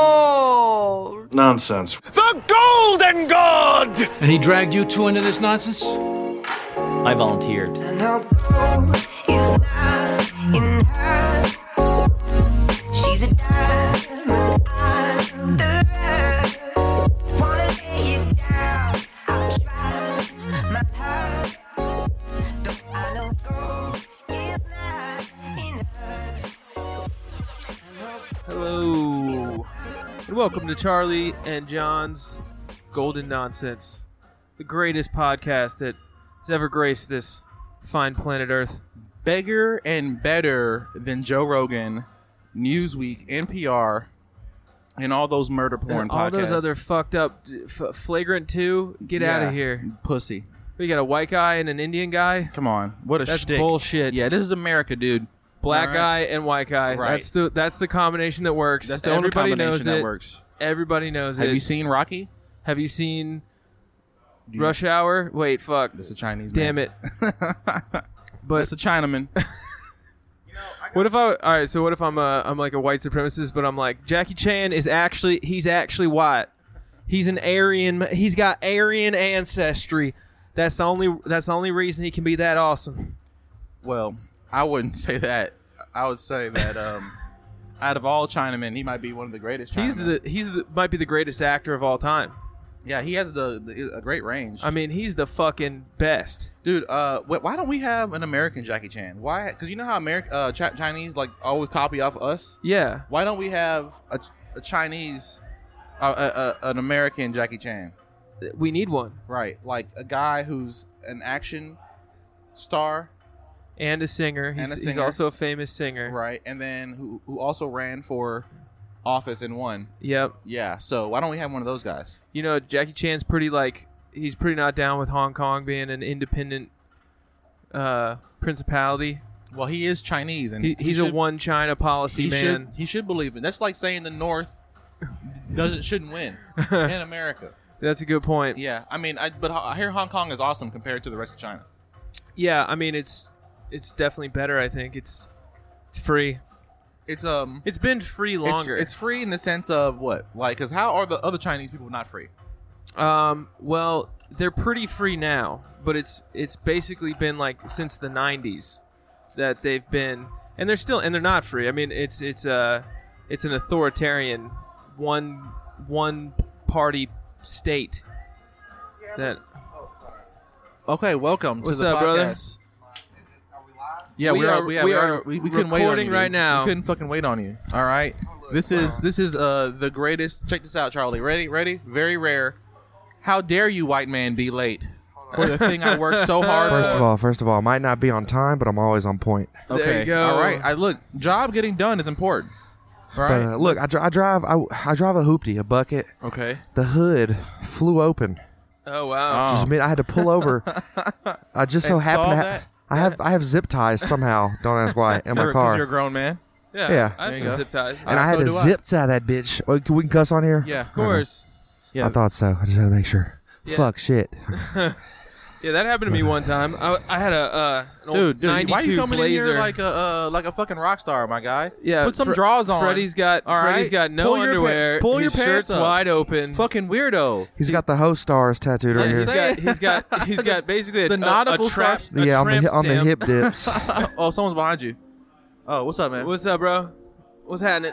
gold. Nonsense. The Golden God! And he dragged you two into this nonsense? I volunteered. And her gold is not in her. She's a diamond. I'm the rare. Wanna lay it down. I'll try my hardest. Don't I know gold is not in her. Hello. And welcome to Charlie and John's Golden Nonsense, the greatest podcast that has ever graced this fine planet Earth. bigger and better than Joe Rogan, Newsweek, NPR, and all those murder porn And all podcasts. those other fucked up, f- flagrant two, get out Yeah, of here. pussy. We got a white guy and an Indian guy, Come on, what a That's shtick. bullshit. Yeah, this is America, dude. black All right. guy and white guy. Right. That's the that's the combination that works. That's the Everybody only knows combination that it. works. Everybody knows Have it. you seen Rocky? Have you seen Rush Hour? Wait, fuck. It's a Chinese. Damn man. it. But It's a Chinaman. What if I? All right. So what if I'm a I'm like a white supremacist, but I'm like Jackie Chan is actually he's actually white. He's an Aryan. He's got Aryan ancestry. That's the only that's the only reason he can be that awesome. well, I wouldn't say that. I would say that um, out of all Chinamen, he might be one of the greatest. Chinamen. He's the he's the, might be the greatest actor of all time. yeah. He has the, the a great range. I mean, he's the fucking best. Dude, uh, wh- why don't we have an American Jackie Chan? Why? Because you know how American uh, Chi Chinese like always copy off us. Yeah. Why don't we have a, a Chinese, uh, a, a, an American Jackie Chan? We need one Right, like a guy who's an action star, and a singer. He's, And a he's singer. also a famous singer. right, and then who who also ran for office and won. Yep. Yeah, so why don't we have one of those guys? you know, Jackie Chan's pretty like he's pretty not down with Hong Kong being an independent uh, principality. Well, he is Chinese, and He, he's a one China policy He should man. he should believe it. That's like saying the North doesn't shouldn't win in America. That's a good point. Yeah. Yeah, I mean, I, but I hear Hong Kong is awesome compared to the rest of China. I mean it's it's definitely better. I think it's it's free. It's um, It's been free it's- longer. It's, free in the sense of what, like, because how are the other Chinese people not free? um well they're pretty free now, but it's it's basically been like since the '90s that they've been, and they're still and they're not free. I mean it's it's a it's an authoritarian one one party state. That Okay, welcome What's to the up, brother? podcast. Yeah, We we are. are- We, are, we we, are are, we, we couldn't wait on recording you. right dude. now. We couldn't fucking wait on you. All right, this is this is uh the greatest. Check this out, Charlie. Ready, ready. Very rare. How dare you, white man, be late for the thing I worked so hard. First for. of all, first of all, I might not be on time, but I'm always on point. There you go. All right, I look. Job getting done is important. All But right. uh, look, I, dri- I drive, I, I drive a hoopty, a bucket. okay. The hood flew open. oh wow. um, Just mean I had to pull over. I just so And saw happened to ha- that? I have I have zip ties somehow. Don't ask why in my You're- 'cause car. You're a grown man. Yeah, yeah. I have There some you go. zip ties. and I had so to do I. zip tie that bitch. Oh, can- We can cuss on here. Yeah, of course. yeah. I thought so. I just had to make sure. Fuck shit. Yeah, that happened to me one time. I, I had a uh, an old Dude, dude, 92 why you coming blazer. in here like a uh, like a fucking rock star, my guy? Yeah, put some Fre- drawers on. Freddie's got all right? Freddie's got no Pull your pa- underwear. pull His your pants shirts up. wide open. Fucking weirdo. He's got the host stars tattooed right And I'm here. he's just saying. got he's got he's got basically a, The a- nautical a trap, stars. a yeah, on the tramp hi- on the stamp. hip dips. oh, someone's behind you. Oh, what's up, man? What's up, bro? What's happening?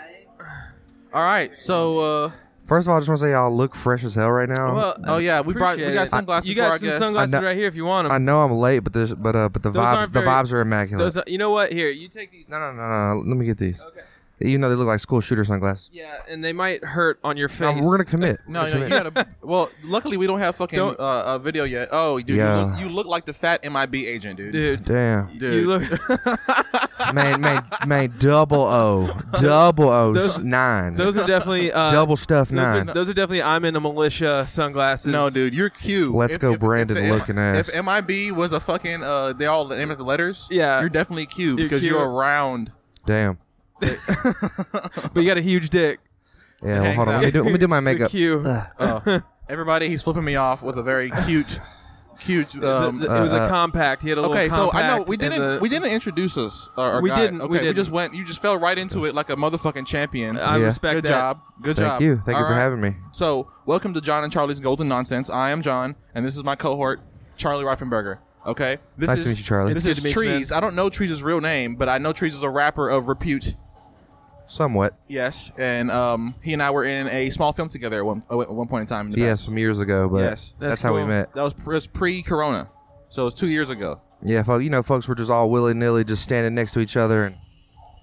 all right, so uh, First of all, I just want to say y'all look fresh as hell right now. Well, oh yeah, we brought we appreciate got it. sunglasses You for got our some guests. sunglasses I know- right here if you want I them. know I'm late, but this but uh but the Those vibes aren't the very- vibes are immaculate. Those, are, you know what? Here, you take these. No, no, no, no, no. Let me get these. Okay. You know they look like school shooter sunglasses. Yeah, and they might hurt on your face. Um, we're gonna commit. No, We're no, you commit. gotta. Well, luckily we don't have fucking uh, Don't- uh, video yet. Oh, dude, Yeah. you, look, you look like the fat MIB agent, dude. dude. Damn, Dude. You look. man, man, man, double O, double O, Those- s- nine, Those are definitely uh, double stuff Those are, nine. those are definitely. I'm in a militia sunglasses. No, dude, you're cute. Let's go Brandon if, looking ass. If MIB was a fucking, uh, they all name it the letters. Yeah. you're definitely cute You're because cute. you're around. Damn. but you got a huge dick. Yeah, well, hangs hold on. out. Let me do, let me do my The makeup. Q. Ugh. Everybody, he's flipping me off with a very cute huge. The- Um, the- it was a uh, compact. He had a okay, little so compact. I know we and didn't the- we didn't introduce us. Or, or We guy. didn't, Okay, we we didn't. just went. You just fell right into it like a motherfucking champion. I Yeah. respect Good that. job. Good Thank job. you. Thank you for All right. having me. So, welcome to John and Charlie's Golden Nonsense. I am John, and this is my cohort, Charlie Reifenberger. Okay, this Nice is to meet you, Charlie. This It's good to is meet you, Trees. I don't know Trees' real name, but I know Trees is a rapper of repute. Somewhat. Yes, and um, he and I were in a small film together at one, at one point in time. In the Yeah, past. some years ago, but Yes, that's, that's how we cool. met. that was pre- that's pre-Corona, so it was two years ago. Yeah, fo- you know, folks were just all willy nilly, just standing next to each other and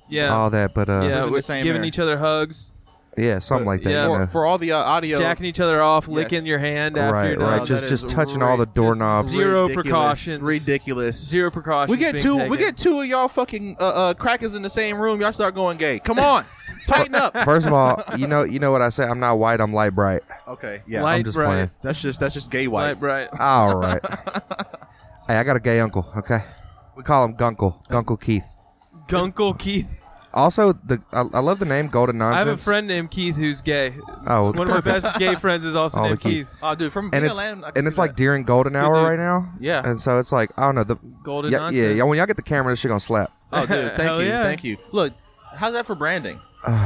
Yeah. all that. But uh, yeah, Within the we're same giving era. each other hugs, yeah, something like that. yeah. you know. For, for all the uh, audio, jacking each other off, Yes. licking your hand after Right, you're done. right. that just- is just touching all the doorknobs. Zero ridiculous, precautions. Ridiculous. Zero precautions. We get being two. We taken. get two of y'all fucking uh, uh, crackers in the same room. Y'all start going gay. Come on, tighten up. First of all, you know, you know what I say. I'm not white. I'm light bright. Okay, yeah. light I'm just bright, playing. That's just that's just gay white. light bright. All right. hey, I got a gay uncle. Okay, we call him Gunkle. Gunkle Keith. Gunkle Keith. Also, the I, I love the name Golden I Nonsense. have a friend named Keith who's gay. Oh, well, One of my best gay friends is also All the named Keith. Keith. Oh, dude, from and Vita it's Lamb, I can and it's see like that. during golden good, hour dude. right now. Yeah. and so it's like I don't know the Golden yeah, Yeah, nonsense. yeah. When y'all get the camera, this shit gonna slap. Oh, dude, thank Hell you, yeah. thank you. Look, how's that for branding?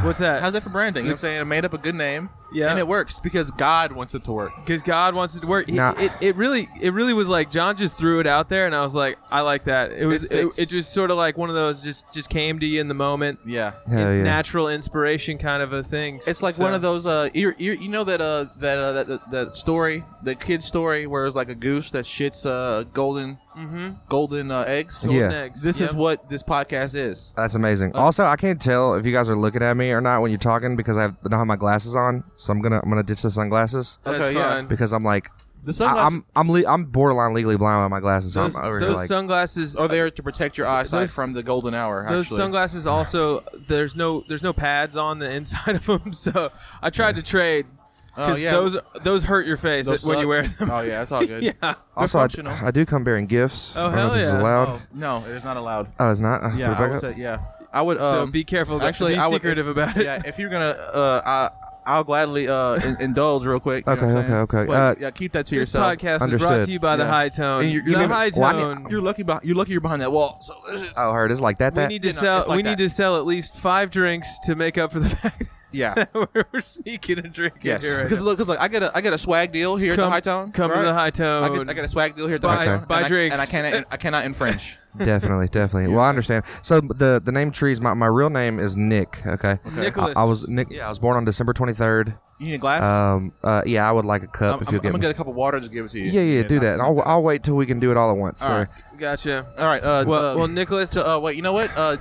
What's that? How's that for branding? You know what I'm saying? I made up a good name. Yeah. And it works because God wants it to work. because God wants it to work. He- Nah. It, it really it really was like John just threw it out there, and I was like, I like that. It was it, sticks. it, was sort of like one of those just just came to you in the moment, Yeah. Hell yeah. natural inspiration kind of a thing. It's like So- one of those uh, ear, ear, you know that uh, that, uh, that that that story, the kid story, where it's like a goose that shits uh, golden Mm-hmm. golden uh, eggs. Yeah. eggs. This is Yep. what this podcast is. That's amazing. Oh. also, I can't tell if you guys are looking at me or not when you're talking because I don't have my glasses on. So I'm gonna I'm gonna ditch the sunglasses That's Okay, yeah. fine. because I'm like The I, sunglasses I'm I'm le- I'm borderline legally blind with my glasses. Those, so I'm over those here like sunglasses. are there to protect your eyesight Those- from the golden hour. those actually. sunglasses also there's no there's no pads on the inside of them, so I tried to trade because Oh, yeah. those those hurt your face Those when suck. you wear them. Oh yeah, that's all good. yeah. also I, d- functional. I do come bearing gifts. Oh, I don't know hell if this is yeah. allowed. Oh, no, it is not allowed. Oh, it's not. Yeah, Uh, put it I back would up? say, yeah. I would um, so be careful. actually, be I would- secretive about it. yeah, if you're gonna, uh, I, I'll gladly uh, in- indulge real quick. you know Okay, what I'm saying? okay, okay. But, Uh, yeah, keep that to This yourself. podcast is brought Understood. to you by the Yeah. High Tone. And you're- you're the gonna- High Well, I need- Tone. You're lucky. Behind, you're lucky you're behind that wall. So Oh, heard it's like that. we that? need to you know, sell. it's like we that. need to sell at least five drinks to make up for the fact yeah, that we're, we're sneaking a drink in yes. here. Right Because now. look, because look, I get a, I get a swag deal here at the Come- High Tone. come to right? the High I Tone. get, I get a swag deal here at the Buy- High Tone. buy and I- drinks. and I cannot, I cannot infringe. definitely, definitely. Well, I understand. So the the name trees. My, my real name is Nick. Okay, Nicholas. I, I was Nick. Yeah, I was born on December 23rd. You need a glass? Um, uh, yeah, I would like a cup I'm, if I'm, you'll I'm get. gonna me. get a cup of water. Just give it to you. yeah, yeah, do that. I'll, I'll wait till we can do it all at once. All right. Sorry. Gotcha. All right. Uh, Well, uh, well, Nicholas. So uh, wait, you know what? Uh,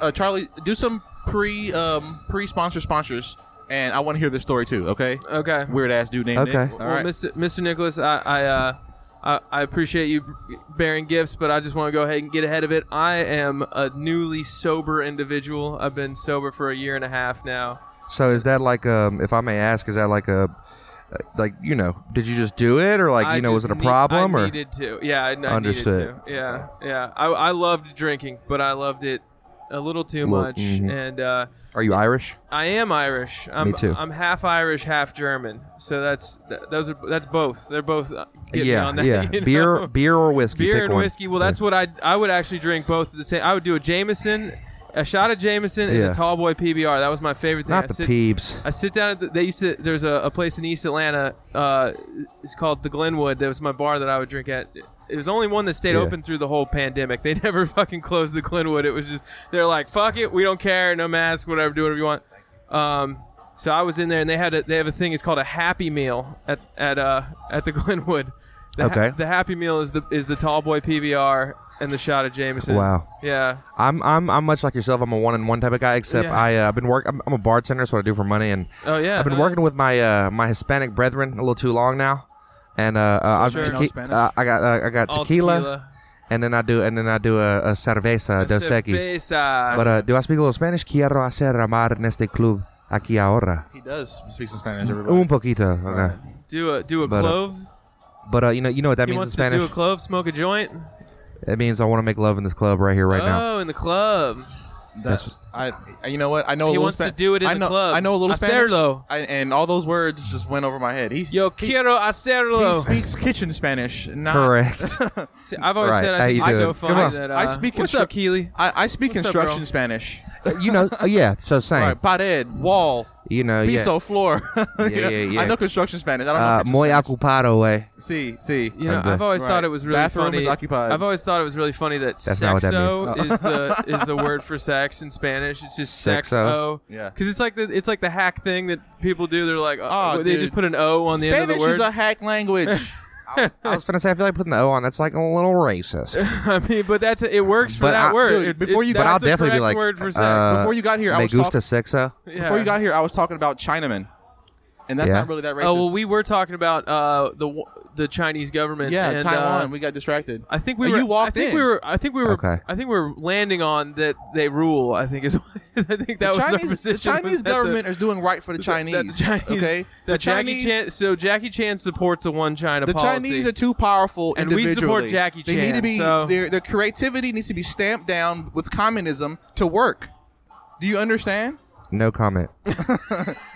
uh, Charlie, do some pre um, pre sponsor sponsors, and I want to hear this story too. Okay. okay. Weird ass dude named Okay. Nick. All well, right. Mr. Mr. Nicholas, I I, uh, I I appreciate you b- bearing gifts, but I just want to go ahead and get ahead of it. I am a newly sober individual. I've been sober for a year and a half now. So is that like um, if I may ask, is that like a, uh, like you know, did you just do it or like I you know, was just it a need- problem I or? needed to. Yeah, I, I Understood. needed to. Yeah, yeah. I, I loved drinking, but I loved it a little too Well, much. mhm. And uh, Are you Irish? I am Irish. I'm, Me too. I'm half Irish, half German. So that's th- those are that's both. They're both uh, getting yeah, on that. yeah. you know? Beer, beer or whiskey. beer Pick and one. whiskey. Well, that's Yeah. what I I would actually drink both at the same. I would do a Jameson, a shot of Jameson, and Yeah. a tall boy PBR. That was my favorite thing. I Not the sit- peeps. I sit down at the, they used to there's a, a place in East Atlanta uh, it's called the Glenwood that was my bar that I would drink at it was only one that stayed Yeah. open through the whole pandemic they never fucking closed the Glenwood it was just they're like fuck it we don't care no mask whatever do whatever you want um, so I was in there and they had a, they have a thing it's called a Happy Meal at at uh, at the Glenwood the Okay. the Happy Meal is the is the tall boy PBR and the shot of Jameson Wow. yeah I'm, I'm, I'm much like yourself. I'm a one and one type of guy. Except Yeah. I, uh, I've been work. I'm, I'm a bartender, so I do for money, and oh yeah I've been huh? working with my uh, my Hispanic brethren a little too long now, and uh, uh, I've sure. tequi- No Spanish? uh, I got uh, I got All tequila, and then I do and then I do a, a cerveza dos Equis. Cerveza. But uh, do I speak a little Spanish? Quiero hacer amar en este club aquí ahora. he does speak some Spanish. Everybody. Un poquito. Okay. do a do a But, uh, clove But uh, you know you know what that He wants means in to do a Spanish? clove, smoke a joint. it means I want to make love in this club right here, right oh, now. in the club. That's I. I- You know what? I know. He a little wants Spa- to do it in I the know, club. I know a little Spanish. Hacerlo. I, and all those words just went over my head. He's Yo quiero he hacerlo. speaks kitchen Spanish. Not, Correct. See, I've always Right, said how I think you it's so doing? funny Come on. that uh, I speak What's constru- up, Keely? I, I speak What's up, bro? construction Spanish. you know. uh, yeah. So same. Right, pared, wall, You know. Yeah. piso, floor. yeah, yeah. I know construction Spanish. I don't uh, know. muy ocupado eh. way. See, see. You know, Okay. I've always Right. thought it was really Bathroom funny. is occupied. I've always thought it was really funny that That's sexo not what that means. is the is the word for sex in Spanish. It's just sexo. Sexo. Yeah. Because it's like the it's like the hack thing that people do. They're like, oh, Oh, they dude. just put an O on the Spanish end of the word. is a hack language. I was gonna say I feel like putting the O on. That's like a little racist. I mean, but that's it works for But that I- word. Dude, It- before it- you- but that's I'll the definitely be correct like word for sex. uh, Before you got here, I me was talking. gusta sexo. Yeah. Before you got here, I was talking about Chinamen, and that's Yeah. not really that racist. Oh well, we were talking about uh, the w- the Chinese government. yeah, and, Taiwan. uh, we got distracted. I think we were. You walked I think in. we were. I think we were. Okay. I think we were landing on that they rule. I think is. I think that was our Chinese, position. the Chinese was that the- government is doing right for the that Chinese. the Chinese- okay, that Jackie Chan. So Jackie Chan supports a one China the policy. Chinese are too powerful And we individually. support Jackie They need Chan, to be so- their their creativity needs to be stamped down with communism to work. Do you understand? No comment.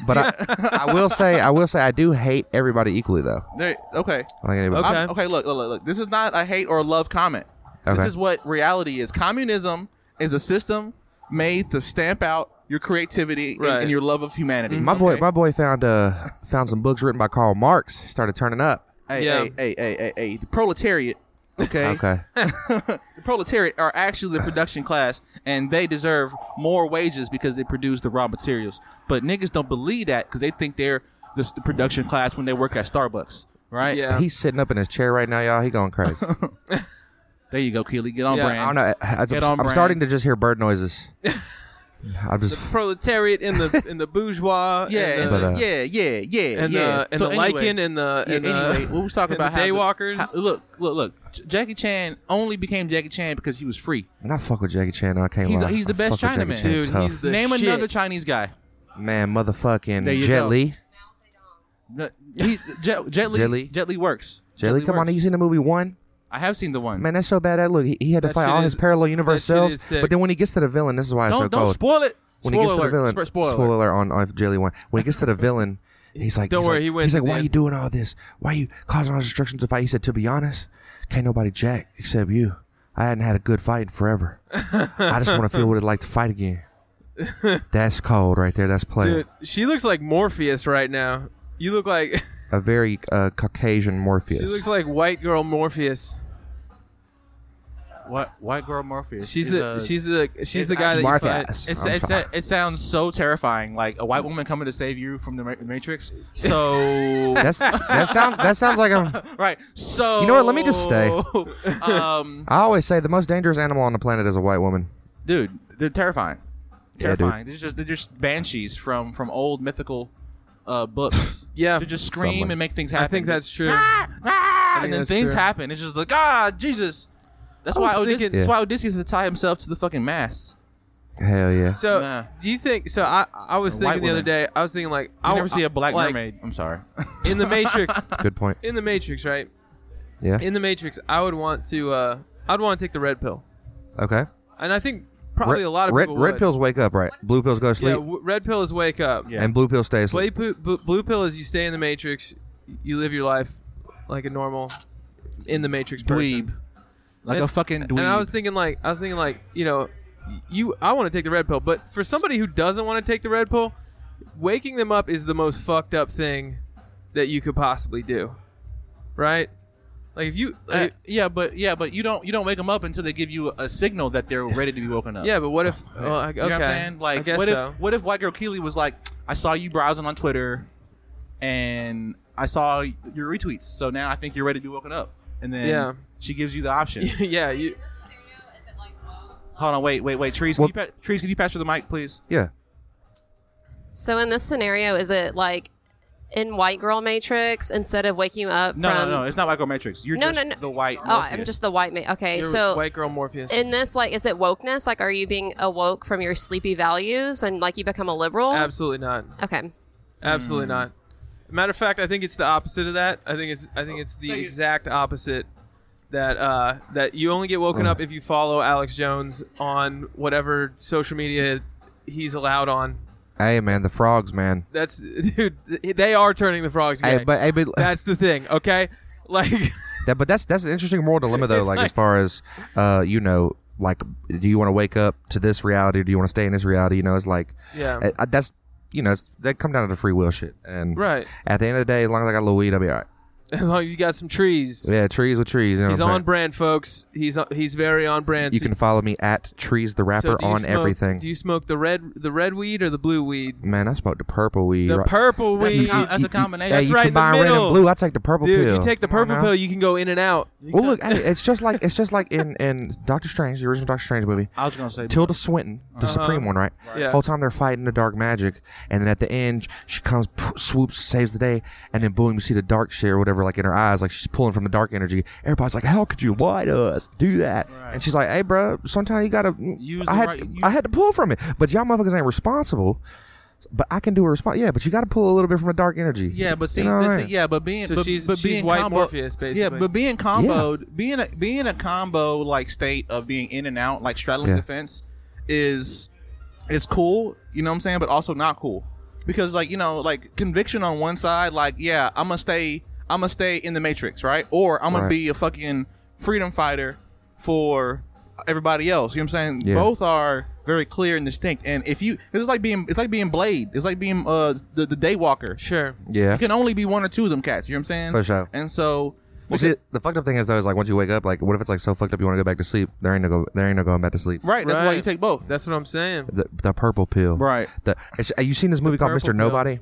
but I, I will say, I will say, I do hate everybody equally though. They- okay. I think anybody. Okay. I'm- okay. Look, look, look, look. This is not a hate or love comment. This Okay. is what reality is. Communism is a system made to stamp out your creativity and- Right. and, your love of humanity. Mm-hmm. My boy, Okay? my boy found uh found some books written by Karl Marx. He started turning up. Hey, Yeah. hey, hey, hey, hey, hey, the proletariat. Okay. Okay. The proletariat are actually the production class, and they deserve more wages because they produce the raw materials. But niggas don't believe that because they think they're the, s- the production class when they work at Starbucks, right? Yeah. He's sitting up in his chair right now, y'all. He going crazy. There you go, Keely. Get on Yeah, I don't brand. know. I, Get on am brand. starting to just hear bird noises. I'm just. proletariat in the in the bourgeois. Yeah, and and the, But, uh, the- yeah, yeah, yeah, and yeah. the, and So the anyway- Lycan and the Yeah, Uh, and the- anyway, we was talking and about the how daywalkers. how- look, look, look. J- Jackie Chan only became Jackie Chan because he was free. And I fuck with Jackie Chan. I can't He's- lie. he's the I best fuck with Jackie Chinaman. Chan Dude, he's tough. The Name shit. another Chinese guy. man, There motherfucking you Jet go. Li. No, He, Jet, Jet, Li, Jet Jet, Li? Li? works. Jet Li, come on. works. Have you seen the movie One? I have seen the one. Man, that's so bad. That look, he, he had to That fight shit all his is- parallel universe that shit is selves. sick. But then when he gets to the villain, this is why it's don't so don't cold. spoil it. spoiler when he gets to the alert. villain, Spo- spoiler. alert. on, on Jelly One. When he gets to the villain, he's like, Don't he's worry, like- he wins He's like, at the why end. you doing all this? Why you causing all this destruction to fight? He said, to be honest, can't nobody jack except you. I hadn't had a good fight in forever. I just want to feel what it's like to fight again. That's cold right there. That's play. Dude, she looks like Morpheus right now. You look like A very uh, Caucasian Morpheus. she looks like white girl Morpheus. White, white girl Morpheus. She's is the a- she's the she's is- the guy that you fight. Martha's. It's, I'm it's, sorry. it sounds so terrifying, like a white woman coming to save you from the Ma- Matrix. So That's, that sounds that sounds like a. right. So You know what, let me just stay. um, I always say the most dangerous animal on the planet is a white woman. dude, they're terrifying. Yeah, dude. Terrifying. they're just they're just banshees from from old mythical uh, books. Yeah. they just scream Someone- and make things happen. I think that's true. Ah, think and then that's things true. happen. It's just like ah, Jesus. That's I why was Odysseus, thinking- that's Yeah. why Odysseus had to tie himself to the fucking mast. Hell yeah. So Nah. do you think? So I I was A white thinking the other woman. day. I was thinking like I I never see a black like, mermaid. I'm sorry. in the Matrix. Good point. in the Matrix, right? Yeah. In the Matrix, I would want to uh I'd want to take the red pill, Okay. and I think probably red, a lot of red, people red would. pills wake up, right? Blue pills go to Yeah, sleep, w- red pill is wake up. Yeah. and blue pills stay Blue, asleep. pu- bu- blue pill is you stay in the Matrix, you live your life like a normal in the Matrix person. dweeb, like And- a fucking dweeb. And I was thinking like I was thinking like you know, you I want to take the red pill, but for somebody who doesn't want to take the red pill, waking them up is the most fucked up thing that you could possibly do, right? Like if you, Uh, yeah, but yeah, but you don't you don't wake them up until they give you a signal that they're ready to be woken up. yeah, but what if? Well, Oh, I- okay, you know what I'm saying? I Like, guess what so. if what if white girl Keely was like, I saw you browsing on Twitter, and I saw your retweets, so now I think you're ready to be woken up, and then Yeah. she gives you the option. yeah, you, Hold on, wait, wait, wait, trees, Well- can you pa- trees, can you pass her the mic, please? yeah. So in this scenario, is it like in White Girl Matrix instead of waking you up No, from? no, no, it's not White Girl Matrix. You're No, just no, no. the white. Oh, I'm Morpheus. just the white ma Okay, you're so white girl Morpheus. in this, like, is it wokeness? Like, are you being awoke from your sleepy values and like you become a liberal? Absolutely not. Okay. Hmm. Absolutely not. Matter of fact, I think it's the opposite of that. I think it's I think it's the Thank you. exact opposite that uh, that you only get woken up if you follow Alex Jones on whatever social media he's allowed on. Hey man, the frogs, man. That's dude. They are turning the frogs gay. Hey, but hey, but that's the thing. Okay, like that, but that's that's an interesting moral dilemma though. It's Like, like- as far as uh, you know, like, do you want to wake up to this reality? Or do you want to stay in this reality? You know, it's like, Yeah. I- I- that's you know, it's, that come down to the free will shit. And Right. at the end of the day, as long as I got a little weed, I'll be all right. as long as you got some trees. Yeah, trees with trees. You know He's what I'm on saying? brand, folks. He's uh, he's very on brand. You So can follow me at trees the so rapper do you on smoke- everything. Do you smoke the red the red weed or the blue weed? man, I smoked the purple weed. The right? E purple That's a weed. com- that's a combination. Hey, That's you right in the combine red middle. and blue. I take the purple Dude, pill. you take the Come on purple now. pill, you can go in and out. Well, look, hey, it's just like it's just like in in Doctor Strange, the original Doctor Strange movie. I was gonna say Tilda Swinton, the Uh-huh. Supreme one, right? Yeah. Whole time they're fighting the dark magic, and then at the end she comes, p- swoops, saves the day, and then boom, you see the dark shit or whatever, like in her eyes, like she's pulling from the dark energy. Everybody's like, "How could you lie to us? Do that?" And she's like, "Hey, bro, sometimes you gotta. mm, Use I the had right- use- I had to pull from it, but y'all motherfuckers ain't responsible. But I can do a response. Yeah, but you gotta pull a little bit from the dark energy. Yeah, but see, You know what but I see- mean? yeah, but being So but, she's- but she's being white combo, Morpheus, Yeah, basically. but being comboed, being a being a combo like state of being in and out, like straddling Yeah. the fence, is is cool. You know what I'm saying? But also not cool because like you know like conviction on one side, like yeah, I'm gonna stay, I'm gonna stay in the matrix, right? Or I'm gonna Right. be a fucking freedom fighter for everybody else. You know what I'm saying? Yeah. Both are very clear and distinct. And if you, it's like being, it's like being Blade. It's like being uh the the Daywalker. Sure. yeah. You can only be one or two of them cats. You know what I'm saying? For sure. And so, Well, see, the fucked up thing is though is like once you wake up, like what if it's like so fucked up you want to go back to sleep? There ain't no go, there ain't no going back to sleep. right, that's why Right. you take both. That's what I'm saying. The, the purple pill. Right. The, it's- have you seen this movie called purple Mr. pill. Nobody?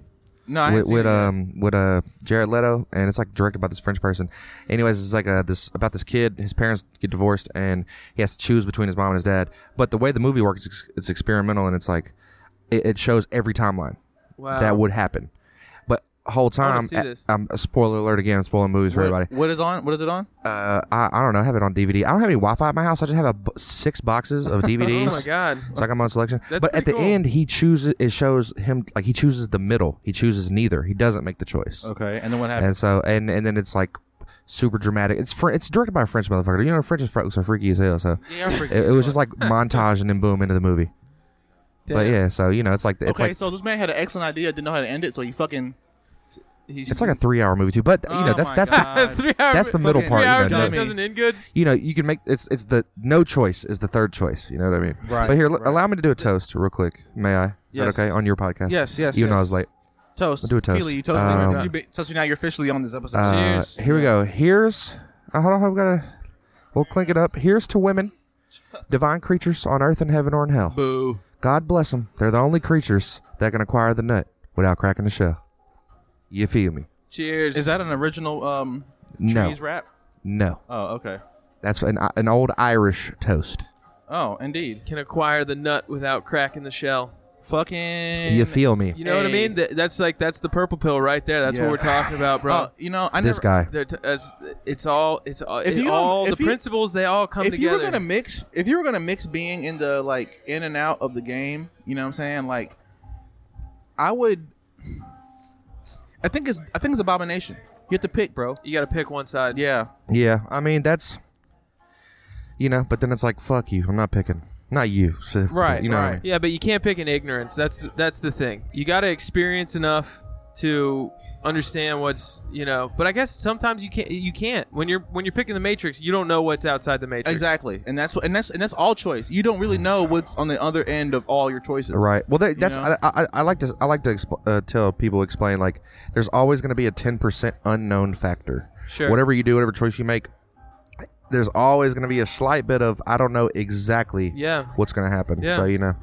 No, I haven't with seen with it yet. um with uh Jared Leto, and it's like directed by this French person. Anyways, it's like uh this about this kid. His parents get divorced, and he has to choose between his mom and his dad. But the way the movie works, it's, it's experimental, and it's like it, it shows every timeline Wow. that would happen. But whole time, uh, see this. I'm a spoiler alert again. I'm spoiling movies for everybody. What is on? What is it on? Uh, I, I don't know. I have it on DVD. I don't have any Wi-Fi at my house. I just have a b- six boxes of DVDs. Oh my god. It's like I'm on selection. That's but at pretty the cool. end, he chooses. It shows him like he chooses the middle. He chooses neither. He doesn't make the choice. Okay, and then what happened? And so and and then it's like super dramatic. It's fr- it's directed by a French motherfucker. You know French folks are freaky as hell. So Yeah, I'm freaking it, it was just like montage and then boom into the movie. But Damn. yeah, so you know it's like it's okay, like so this man had an excellent idea, didn't know how to end it, so he fucking. He's it's like a three hour movie too. But you know Oh that's that's the, three hours. that's the middle Fucking part. Three you know, hours that- and it dummy. doesn't end good. you know, you can make it's it's the no choice is the third choice. You know what I mean? Right, But here, l- right. allow me to do a toast real quick. May I? Is that Yes. okay on your podcast? Yes, yes, Even though I yes. was late. Toast. do a toast. Keely, you toasted Um, him. You be- so now you're officially on this episode. Uh, Cheers. Here we go. Here's uh, hold on. I've got to. We'll clink it up. Here's to women, divine creatures on earth and heaven or in hell. Boo. God bless them. They're the only creatures that can acquire the nut without cracking the shell. You feel me? Cheers. Is that an original um No, trees rap? no. Oh, okay. That's an an old Irish toast. Oh, indeed. can acquire the nut without cracking the shell? Fucking. You feel me? You know what I mean? Th- That's like that's the purple pill right there. That's Yeah. what we're talking about, bro. Oh, you know, I this never, guy. They're t- as- it's all it's all, it If you- all if the you- principles they all come if together. you were gonna mix if you were gonna mix being in the like in and out of the game you know what i'm saying like i would i think it's i think it's abomination you have to pick bro you got to pick one side. yeah Yeah, I mean that's you know, but then it's like fuck you. I'm not picking. Not you. specifically, Right, You know what I right. mean? Yeah, but you can't pick an ignorance. That's that's the thing. You got to experience enough to understand what's you know. But I guess sometimes you can't. You can't when you're when you're picking the matrix. You don't know what's outside the matrix. exactly and that's what and that's and that's all choice you don't really know what's on the other end of all your choices Right. Well, that, that's know? I, I, I like to I like to expl- uh, tell people explain like there's always going to be a ten percent unknown factor. Sure. Whatever you do, whatever choice you make, there's always going to be a slight bit of I don't know exactly Yeah. what's going to happen. Yeah. So you know,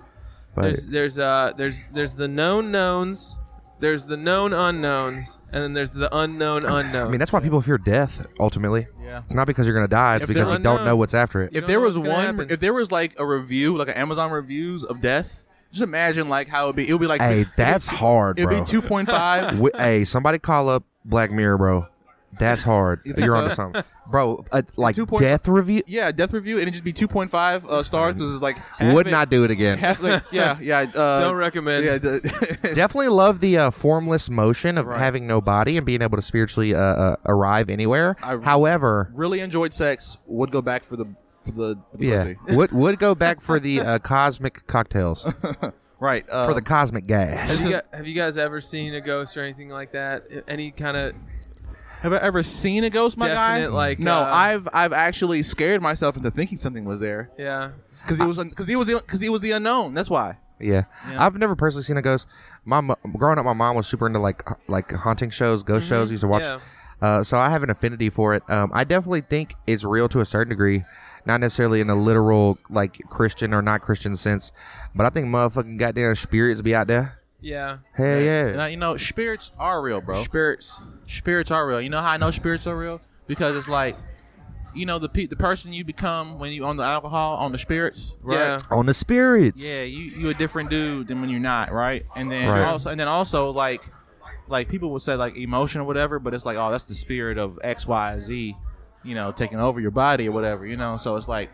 but There's there's uh there's there's the known knowns, there's the known unknowns, and then there's the unknown unknown. I mean that's why people fear death ultimately. Yeah. It's not because you're going to die. It's If because they're you don't unknown- know what's after it. if don't there know was what's gonna one happen. if there was like a review like an amazon reviews of death just imagine like how it'd be it would be like hey, that's hard, it'd bro. be 2.5 Wi- hey, somebody call up Black Mirror, bro. That's hard. think You're so? onto something, bro. A, like two point- death review Yeah, death review, and it'd just be 2.5 uh, stars because it's like half would it- not do it again. Half, like, yeah, yeah. Uh, Don't recommend. Yeah, the- Definitely love the uh, formless motion of having no body and being able to spiritually uh, uh, arrive anywhere. I- However, really enjoyed sex. Would go back for the for the, for the yeah, pussy. would would go back for the uh, cosmic cocktails Right. Uh, for the cosmic gas. Have you, gu- have you guys ever seen a ghost or anything like that? Any kind of Have I ever seen a ghost, my guy? Definite, like, no, uh, I've I've actually scared myself into thinking something was there yeah. because it was because it was because it was the unknown. That's why. Yeah. I've never personally seen a ghost. My mo- growing up, my mom was super into like ha- like haunting shows, ghost shows. Used to watch, Yeah. uh, so I have an affinity for it. Um, I definitely think it's real to a certain degree, not necessarily in a literal like Christian or not Christian sense, but I think motherfucking goddamn spirits be out there. Yeah. Hell yeah! And I, you know, spirits are real, bro. Spirits. spirits are real. You know how I know spirits are real? Because it's like, you know, the pe- the person you become when you on the alcohol, on the spirits, Yeah. right? On the spirits. Yeah, you you a different dude than when you're not, right? And then Right. also and then also like like people will say like emotion or whatever, but it's like, oh, that's the spirit of X, Y, Z, you know, taking over your body or whatever, you know. So it's like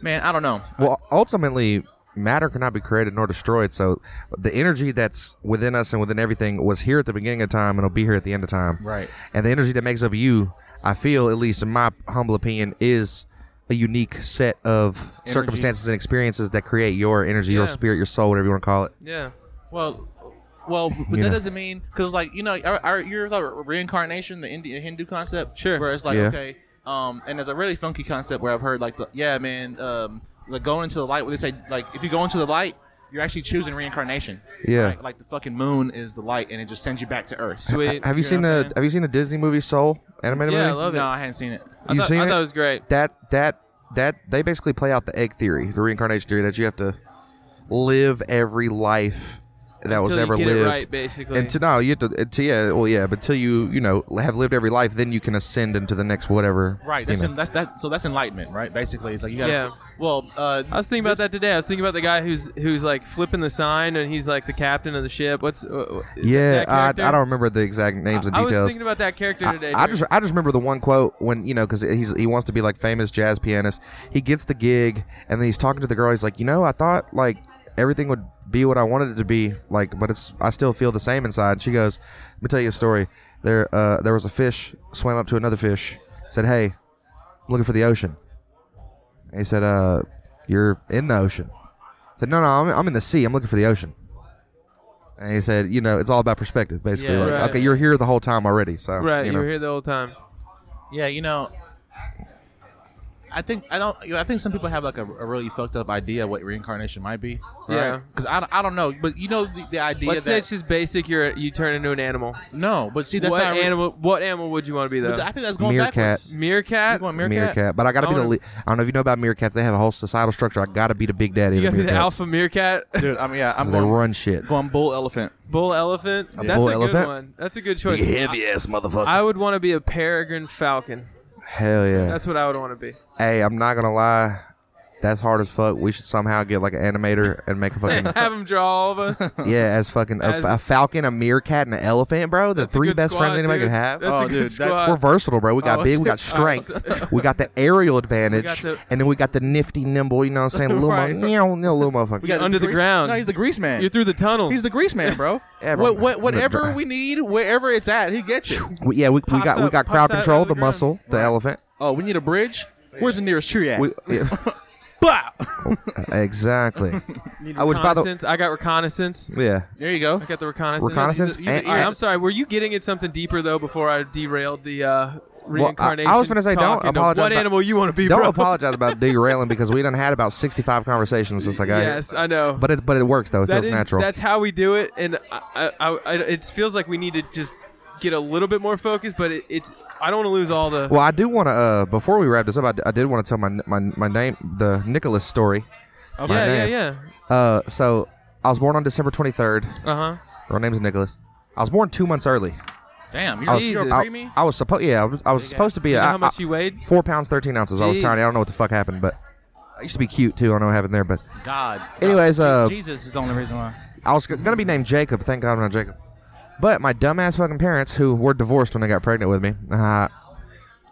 man, I don't know. Well, ultimately, matter cannot be created nor destroyed. So the energy that's within us and within everything was here at the beginning of time and it'll be here at the end of time. Right. And the energy that makes up you, I feel, at least in my humble opinion, is a unique set of circumstances and experiences that create your energy, your Yeah. spirit, your soul, whatever you want to call it. Yeah. Well, well, but You that know. doesn't mean because like you know, are, are you ever thought of reincarnation, the Indian Hindu concept? Sure. Where it's like Yeah. okay, um, and there's a really funky concept where I've heard like, the, yeah, man, um, like going into the light. Where they say like, if you go into the light, you're actually choosing reincarnation. Yeah. Like, like the fucking moon is the light, and it just sends you back to Earth. Sweet. Have you know seen what I'm the saying? Have you seen the Disney movie Soul animated Yeah, I movie? love it. No, I hadn't seen it. I You've thought, seen I it? thought it was great. that that that they basically play out the egg theory, the reincarnation theory that you have to live every life that was Until you ever get it lived. right, basically. Until no, you have to until yeah, well yeah, but till you, you know, have lived every life, then you can ascend into the next whatever. Right. you That's, know. en- that's that. So that's enlightenment, right? Basically, it's like you gotta. Yeah. Well, uh, I was thinking about that today. I was thinking about the guy who's who's like flipping the sign and he's like the captain of the ship. What's uh, yeah, that I, I character? don't remember the exact names and I was details. thinking about that character I- today. I, dude. just I just remember the one quote when you know because he's he wants to be like famous jazz pianist. He gets the gig and then he's talking to the girl. He's like, you know, I thought like everything would be what I wanted it to be, like, but it's I still feel the same inside. She goes, let me tell you a story. There uh, there was a fish swam up to another fish, said, hey, I'm looking for the ocean. And he said, uh, you're in the ocean. I said, no, no, I'm, I'm in the sea. I'm looking for the ocean. And he said, you know, it's all about perspective, basically. Yeah, like, right. Okay, you're here the whole time already, so right. You You, know. were here the whole time. Yeah, you know, I think I don't. You know, I think some people have like a, a really fucked up idea of what reincarnation might be. Yeah. Because I, don't- I don't know, but you know the, the idea Let's uh, that say it's just basic. You're you turn into an animal. no, but see that's what not re- animal? What animal would you want to be though? I think that's going Meerkat. backwards. You Meerkat. going meerkat. But I gotta I be the. wanna- Le- I don't know if you know about meerkats. They have a whole societal structure. I gotta be the big daddy. You of gotta the be the meerkats. alpha meerkat. Dude, I mean, yeah, I'm They going, run shit. going bull elephant. Bull elephant. That's Bull a good elephant? one. That's a good choice. heavy ass motherfucker. I would want to be a peregrine falcon. Hell yeah. That's what I would want to be. hey, I'm not gonna lie. That's hard as fuck. We should somehow get like an animator and make a fucking Have him draw all of us. yeah, as fucking a, As- a falcon, a meerkat, and an elephant, bro. The three good best squad, friends anybody dude. could have. That's Oh, a good dude, that's- squad. We're versatile, bro. We got Oh, big, we got shit. Oh, strength, we got the aerial advantage, the- and then we got the nifty, nimble. You know what I'm saying? Little, Right. mo- meow, meow, little motherfucker. We got Under the grease- ground. No, he's the grease man. You're through the tunnels. He's the grease man, bro. Yeah, bro. what, what, whatever Under- we need, wherever it's at, he gets it. We- yeah, we, we Pops got we up- got pops out crowd out of control, the the, ground. muscle, the elephant. Oh, we need a bridge. Where's the nearest tree at? We, yeah. Bah! Exactly. I was by the reconnaissance. I got reconnaissance. yeah. there you go. I got the E reconnaissance. Reconnaissance You- you- and- you- I'm sorry. Were you getting at something deeper though? Before I derailed the uh, reincarnation. I was gonna say, talk don't into apologize What about- animal you want to be, Don't bro? apologize about derailing because we done had about sixty-five conversations since I got here. Yes, I know. But it but it works though. It That feels is- natural. That's how we do it, and I, I, I, it feels like we need to just get a little bit more focused. But it, it's I don't want to lose all the. well, I do want to uh, before we wrap this up, I, d- I did want to tell my my my name the Nicholas story. Okay. yeah, yeah, yeah. Uh, so I was born on December twenty-third. Uh huh. Her name's Nicholas. I was born two months early. Damn, I you're, was, you're Jesus. a I, preemie? I was supposed yeah I was, I was supposed to be Do you a- know I- how much I- you weighed? four pounds thirteen ounces. I was Jeez. tiny. I don't know what the fuck happened, but I used to be cute too. I don't know what happened there, but God. Anyways, Je- uh, Jesus is the only reason why. I was g- gonna be named Jacob. Thank God I'm not Jacob. But my dumbass fucking parents, who were divorced when they got pregnant with me, uh,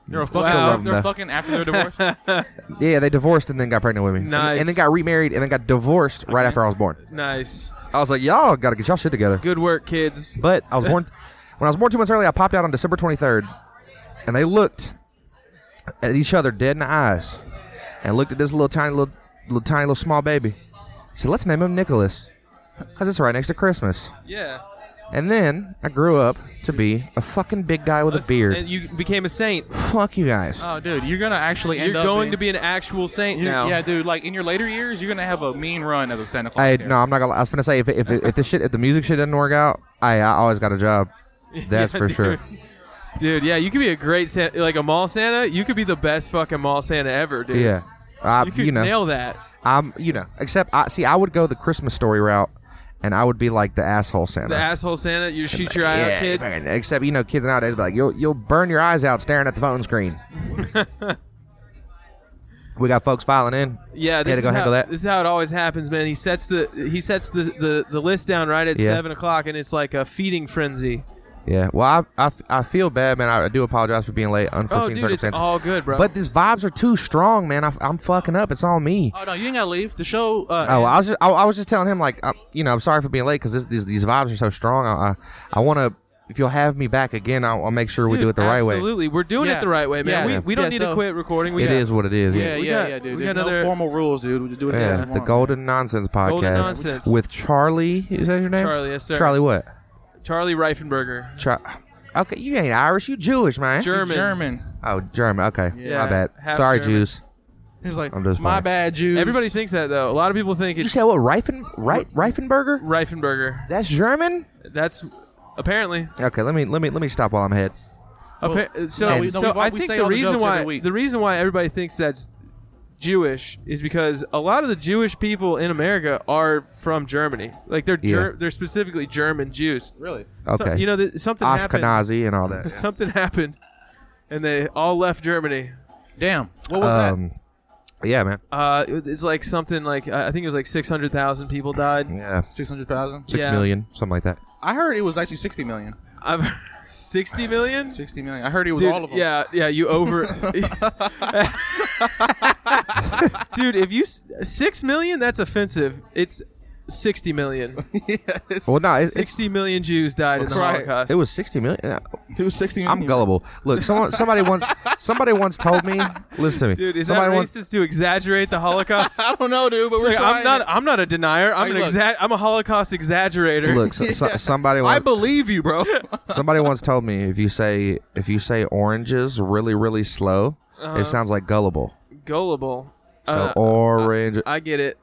They're a Still love 'em, fucking. They're though. fucking after their divorce. yeah, they divorced and then got pregnant with me, And- Nice. and, then got remarried and then got divorced right after I was born. Nice. I was like, y'all got to get y'all shit together. Good work, kids. But I was born when I was born two months early. I popped out on December 23rd, and they looked at each other dead in the eyes, and looked at this little tiny little little tiny little small baby. So let's name him Nicholas, cause it's right next to Christmas. Yeah. And then I grew up to be a fucking big guy with a That's- beard. And you became a saint. Fuck you guys. oh, dude, you're gonna actually end You're up going being- to be an actual saint you- now. Yeah, dude. Like in your later years, you're gonna have a mean run as a Santa Claus. Hey, character. no, I'm not gonna. lie. I was gonna say if if if the shit if the music shit doesn't work out, I I always got a job. That's Yeah, for dude. sure. Dude, yeah, you could be a great Santa, like a mall Santa. You could be the best fucking mall Santa ever, dude. Yeah, I, You you, could know, nail that. I'm you know. Except I see, I would go the Christmas story route, and I would be like the asshole Santa. The asshole Santa, you shoot your eye yeah, out, kid. man, except you know, kids nowadays be like you'll you'll burn your eyes out staring at the phone screen. we got folks filing in. Yeah, Yeah, this to is go how, handle that. This is how it always happens, man. He sets the he sets the the, the list down right at Yeah. seven o'clock, and it's like a feeding frenzy. Yeah, well, I, I, I feel bad, man. I do apologize for being late. Oh, dude, Unforeseen it's circumstances. all good, bro. But these vibes are too strong, man. I, am fucking up. It's all me. Oh no, you ain't gotta leave. The show. Uh, Oh, I was just I, I was just telling him like, i you know, I'm sorry for being late because these these vibes are so strong. I I, I want to. If you'll have me back again, I'll, I'll make sure we Dude, do it the right way. Absolutely, we're doing Yeah. it the right way, man. Yeah. We, we don't Yeah, need to so- quit recording. We It is what it is. yeah, Yeah, we yeah, got- yeah, dude. we There's got another- no formal rules, dude. We just do it. Yeah, the Golden Nonsense podcast Golden Nonsense. with Charlie. Is that your name? Charlie, yes, sir. Charlie what? Charlie Reifenberger. Char- okay, you ain't Irish. You Jewish, man. German. German. oh, German. Okay, Yeah, my bad. half Sorry, German. Jews. He's like, I'm just my fine. bad, Jews. Everybody thinks that though. A lot of people think You it's said what? Reifen right Reifenberger? Reifenberger. That's German. That's apparently. Okay, let me let me let me stop while I'm ahead. Appa- uh, so no, we- no, so we've all- I we think say the all the reason jokes every why week. the reason why everybody thinks that's Jewish is because a lot of the Jewish people in America are from Germany. Like they're Ger- Yeah. they're specifically German Jews. Really? Okay, you know th- something happened. Ashkenazi and all that. Something happened, and they all left Germany. Damn. What was Um, yeah, man. Uh, it- it's like something like uh, I think it was like six hundred thousand people died. Yeah, that? Six hundred thousand. six Yeah. million, something like that. I heard it was actually sixty million. I've sixty million. Sixty million. I heard it was Dude, all of them. yeah, yeah, you over. Dude, if you s- six million, that's offensive. It's sixty million. it's, Well, no, it, it's, Sixty million Jews died in the Right. Holocaust. it was sixty million. Yeah, it was sixty million. I'm gullible. Look, someone, somebody once, somebody once told me. Listen to me, Dude, is somebody that once. racist to exaggerate the Holocaust? I don't know, dude, but we're Like, trying. I'm not. I'm not a denier. I'm Hey, an look. exa- I'm a Holocaust exaggerator. Look, so, so- somebody I once, believe you, bro. somebody once told me if you say if you say oranges really really slow, it sounds like gullible. gullible. So Uh-huh. Uh, orange. I get it.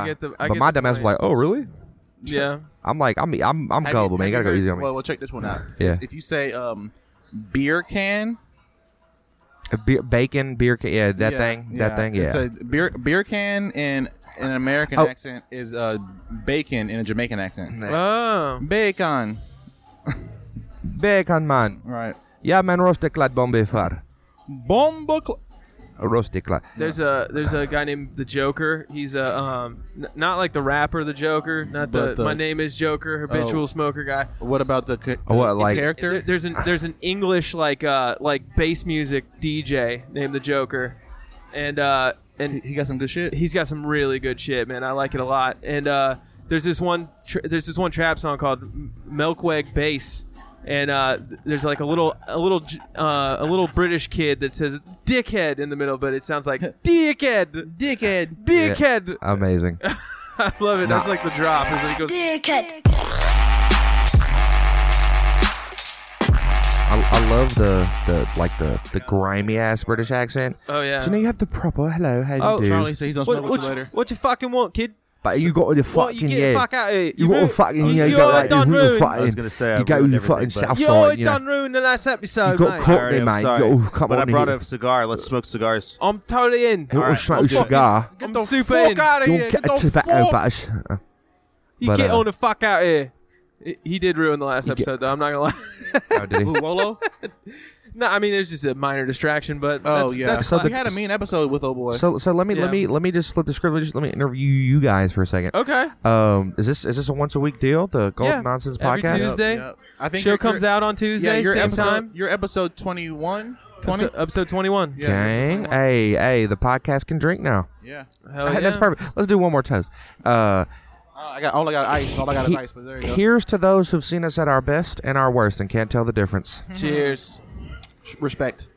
I, get, I get the. I but get my the dumbass was like, point. "Oh, really?" yeah. I'm like, I'm I'm I'm Have gullible, man. have You gotta go heard- easy on me. Well, well, check this one out. Yeah. If you say um, beer can, Beer, bacon, beer, ca- yeah, that Yeah, thing, that thing, yeah. It's a beer beer can in an American Oh. accent is uh, bacon in a Jamaican accent. Oh. Bacon. bacon, man. Right. Yeah, man, roast the clat bombe far. Bomba. Cl- Roast the clat. There's a there's a guy named the Joker. He's a um n- not like the rapper the Joker, not the, But the- my name is Joker habitual Oh. smoker guy. what about the, ca- Oh, what, the like- There, character? there's an there's an English like uh like bass music DJ named the Joker, and uh and He got some good shit. he's got some really good shit, man. I like it a lot. And uh, there's this one, tr there's this one trap song called M- Milkweg Bass, and uh, th- there's like a little, a little, j- uh, a little British kid that says "dickhead" in the middle, but it sounds like "dickhead, Dickhead. dickhead." Amazing. I love it. That's like the drop. It's like it goes, I, I love the, the like the, the grimy ass British accent. oh yeah. Do you know you have the proper hello? How do Oh, you do? Charlie said he's gonna what, smoke with what, you you, later. what you fucking want, kid? But you got the What fucking you get yeah. the fuck out of here? you got ruin- the fucking you, yeah. You you got already like, done you ruined. fucking. I was gonna say, I you got ruined the fucking everything, but- south You side. already You know. done ruined the last episode, You got mate. caught Alrighty, there, I'm mate. sorry. You- oh, come but on I brought here. a cigar. Let's smoke cigars. I'm totally in. You All want right, to smoke a let's go. cigar? I'm the super fuck in. out of You here. don't get a tobacco bush. Uh, You But, get uh, on the fuck out here. He- He did ruin the last get- episode, though. I'm not gonna lie. oh, did he? Who, Wolo? No, I mean it was just a minor distraction, but Oh that's, yeah, that's so cla- we had a mean episode with old boy. So so let me Yeah. let me let me just flip the script. Let me Just let me interview you guys for a second. okay. Um, is this is this a once a week deal? The Golden Yeah. Nonsense Every podcast. Tuesday. I think Show your- comes your- out on Tuesday, Yeah, your same episode, time. Your episode 21? 20? Episode, episode 21. Yeah, Gang, 21. hey, hey, the podcast can drink now. Yeah. Hell That's yeah. perfect. Let's do one more toast. Uh, Oh, I got all I got ice. All I got is he- ice. But there you go. here's to those who've seen us at our best and our worst and can't tell the difference. Cheers. Respect.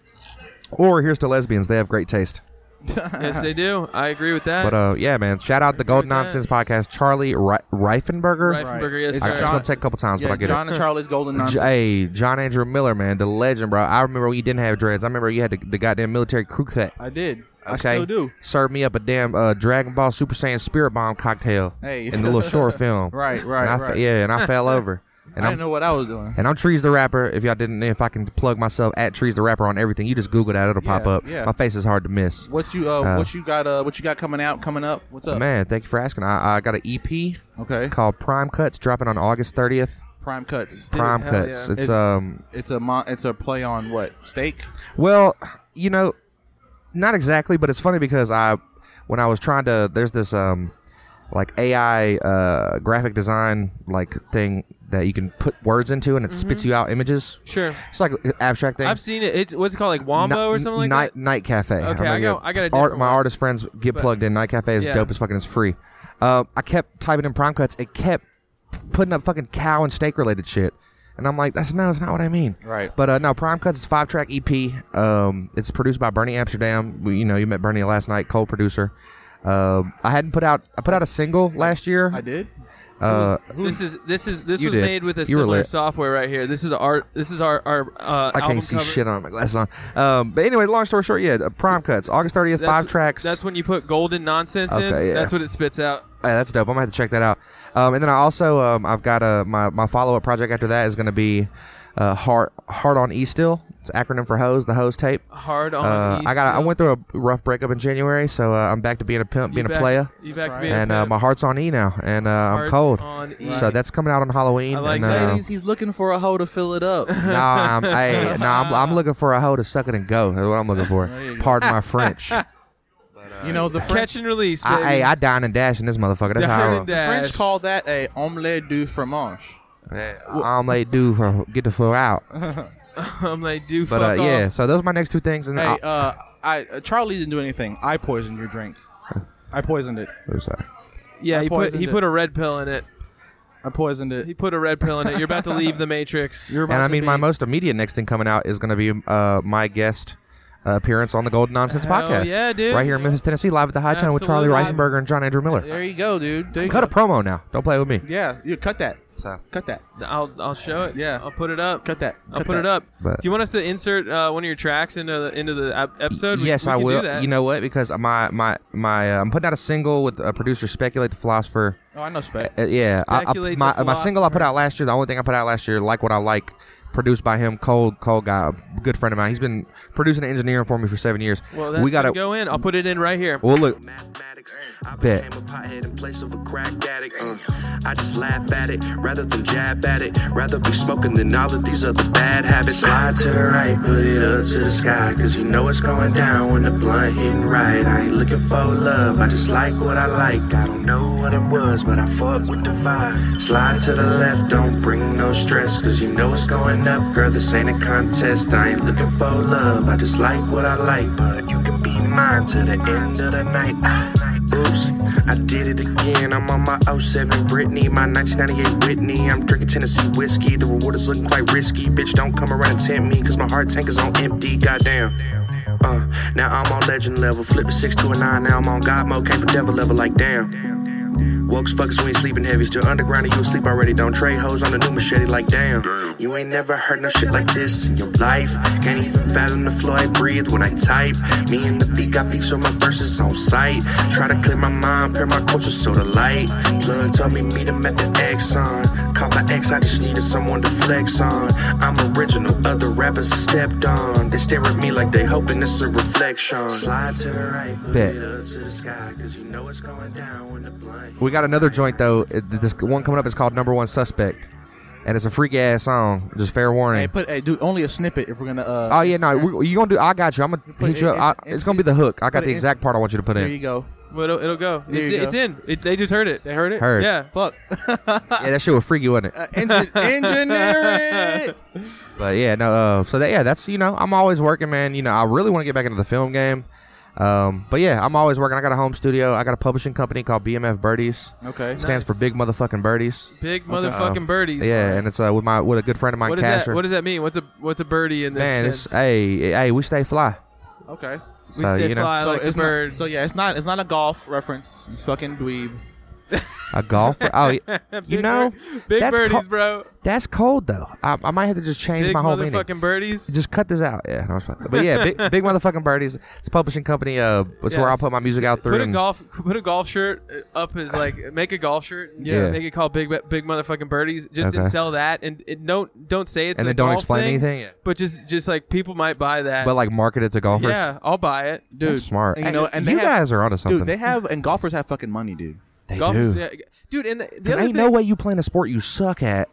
Or here's to lesbians; they have great taste. yes, they do. I agree with that. But uh, yeah, man, shout out the Golden with that. Nonsense podcast. Charlie Ri- Reifenberger. Reifenberger, yes, I, sir. it's gonna take a couple times, but Yeah, I get John it. and Charlie's golden J- nonsense. Hey, John Andrew Miller, man, the legend, bro. I remember when you didn't have dreads. I remember you had the, the goddamn military crew cut. I did. I Okay, still do. Served me up a damn uh, Dragon Ball Super Saiyan Spirit Bomb cocktail Hey. in the little short film. Right, right, And I right. yeah, and I fell over. And I I'm didn't know what I was doing. and I'm Trees the rapper. If y'all didn't, if I can plug myself at Trees the rapper on everything, you just Google that, it'll pop Yeah, up. yeah. My face is hard to miss. What you uh, Uh, what you got uh what you got coming out coming up? What's up? Man, thank you for asking. I, I got an EP Okay. called Prime Cuts dropping on August 30th. Prime cuts. Prime hell Cuts. yeah. It's Is- um It's a mon- it's a play on what steak. Well, you know, not exactly, but it's funny because I, when I was trying to, there's this um, like AI uh, graphic design like thing that you can put words into and it spits you out images. Sure. It's like an abstract thing. I've seen it. It's what's it called, like Wombo Ni- or something like night, that. Night Cafe. Okay, know I you- got- I got a art, different my one. artist friends get But- plugged in. Night Cafe is Yeah. dope as fucking. It's free. Um, I kept typing in prime cuts. It kept putting up fucking cow and steak related shit, and I'm like, that's no, that's not what I mean. Right. But uh, no, prime cuts is five track EP. Um, it's produced by Bernie Amsterdam. We, you know, you met Bernie last night, co-producer. Um, I hadn't put out. I put out a single last year. I did. Uh, This is this is this You was did. made with a You were similar lit. software right here. This is our this is our our uh, I album can't see cover. shit on my glasses on. Um, but anyway, long story short, yeah, uh, prime cuts, August 30th, That's- five tracks. That's when you put golden nonsense in. Okay, yeah. That's what it spits out. Hey, that's dope. I'm gonna have to check that out. Um, and then I also um, I've got a my, my follow up project after that is gonna be uh, hard hard on E still. It's an acronym for hose, the hose tape. Hard on. E Uh, East I got I Hill. went through a rough breakup in January, so uh, I'm back to being a pimp, You being a back- player, You back to being and a uh, pimp. my heart's on E now, and uh, I'm Heart's cold. on E. So that's coming out on Halloween. I like and, uh, Ladies, he's looking for a hoe to fill it up. No, I'm, hey, no, I'm, I'm looking for a hoe to suck it and go. That's what I'm looking for. Pardon my French. I, you know the catch French. and release. Baby. hey, I dine and dash in this motherfucker. That's how. I Dine roll. and dash. The French call that a omelette du fromage. I'm late, dude. For get the fuck out. I'm like, do But fuck uh, off. yeah, so those are my next two things, and Hey, I- uh, I uh, Charlie didn't do anything. I poisoned your drink. I poisoned it. uh, oh, sorry. yeah. I He put he poisoned put it. a red pill in it. I poisoned it. He put a red pill in it. You're about to leave the Matrix. You're about and I to mean, my be- most immediate next thing coming out is going to be uh, my guest uh, appearance on the Golden Nonsense Hell podcast. yeah, dude. Right here in Memphis, Tennessee, live at the High Tone with Charlie Absolutely. Reichenberger and John Andrew Miller. There you go, dude. There you Cut a go. promo now. Don't play with me. Yeah, you cut that. So, Cut that. I'll I'll show it. Yeah. I'll put it up. Cut that. I'll Cut put that. it up. But- do you want us to insert uh, one of your tracks into the into the ep- episode? We- yes, we I can will. Do that. You know what? Because my my my uh, I'm putting out a single with a producer, Speculate the Philosopher. Oh, I know spec. Uh, yeah, I- I- Speculate the my my single I put Philosopher. out last year. The only thing I put out last year, like what I like, produced by him, cold cold guy, a good friend of mine. He's been producing and engineering for me for seven years. well, that's we got gonna go in. I'll put it in right here. Well, look, mathematics. I Bet. became a pothead in place of a crack addict. Uh, I just laugh at it rather than jab at it. Rather be smoking than all of these other bad habits. Slide to the right, put it up to the sky. Cause you know it's going down when the blunt hitting right. I ain't looking for love, I just like what I like. I don't know what it was, but I fuck with the vibe. Slide to the left, don't bring no stress. Cause you know it's going up, girl. This ain't a contest. I ain't looking for love, I just like what I like. But you can be mine to the end of the night. Oops, I did it again. I'm on my 07 Britney, my 1998 Whitney. I'm drinking Tennessee whiskey. The reward is looking quite risky. Bitch, don't come around and tempt me, cause my heart tank is on empty. Goddamn. Uh, now I'm on legend level. Flip a 6 to a 9. Now I'm on God mode. Came for devil level, like damn. Woke as fuck as we ain't sleeping heavy. Still underground and you asleep already. Don't trade hoes on the new machete, like damn. You ain't never heard no shit like this in your life. Can't even fathom the flow I breathe when I type. Me and the beat got beats so my verses on sight. Try to clear my mind, pair my culture so the light. Plug told me meet him at the Exxon. Call my ex, I just needed someone to flex on. I'm original, other rappers are stepped on. They stare at me like they hoping it's a reflection. Slide to the right, put Bet. it up to the sky, cause you know it's going down when the blind. We got another joint though. It- This one coming up is called Number One Suspect. and it's a freak ass song. Just fair warning. Hey, put hey, dude, only a snippet if we're gonna. Uh, oh yeah, no, we, you gonna do? I got you. I'm gonna Put hit you it- up. I- It's, it's- it's- gonna be the hook. I put got it the in- exact part I want you to put there in. you go. Well, it'll, it'll go. There It's, you go. it's in. It, they just heard it. They heard it. Heard. Yeah. Fuck. Yeah, that shit was freaky, wasn't Uh, it? Engin- engineer it. But yeah, no. Uh, so that, yeah, that's you know, I'm always working, man. You know, I really want to get back into the film game. Um, but yeah, I'm always working. I got a home studio. I got a publishing company called BMF Birdies. Okay. Stands for Big Motherfucking Birdies. Big motherfucking birdies. Yeah, and it's uh, with my with a good friend of mine, What does that? Casher. What does that mean? What's a what's a birdie in this man, sense? it's hey, hey, we stay fly. Okay. we so, stay you know. fly like the it's bird. Not, so yeah, it's not it's not a golf reference. You fucking dweeb. A golfer. Oh, y- you Big know, bird- big that's birdies, co- bro. that's cold though. I, I might have to just change Big my whole meaning. motherfucking birdies. Just cut this out. Yeah, no, it's fine. but yeah, big, big motherfucking birdies. It's a publishing company. Uh, it's Yeah, where I'll s- put my music out through. Put a and- golf put a golf shirt uh, up as like make a golf shirt. And Yeah. Make it called big big motherfucking birdies. Just Okay. and sell that and it, don't don't say it's And a then don't golf explain thing, anything, yeah. But just just like people might buy that. but like market it to golfers. yeah, I'll buy it. Dude, That's smart. And, you know, and you they have- guys are onto something. Dude, they have and golfers have fucking money, dude. They Golfers, do. yeah. dude. And the, the There other ain't thing, no way you playing a sport you suck at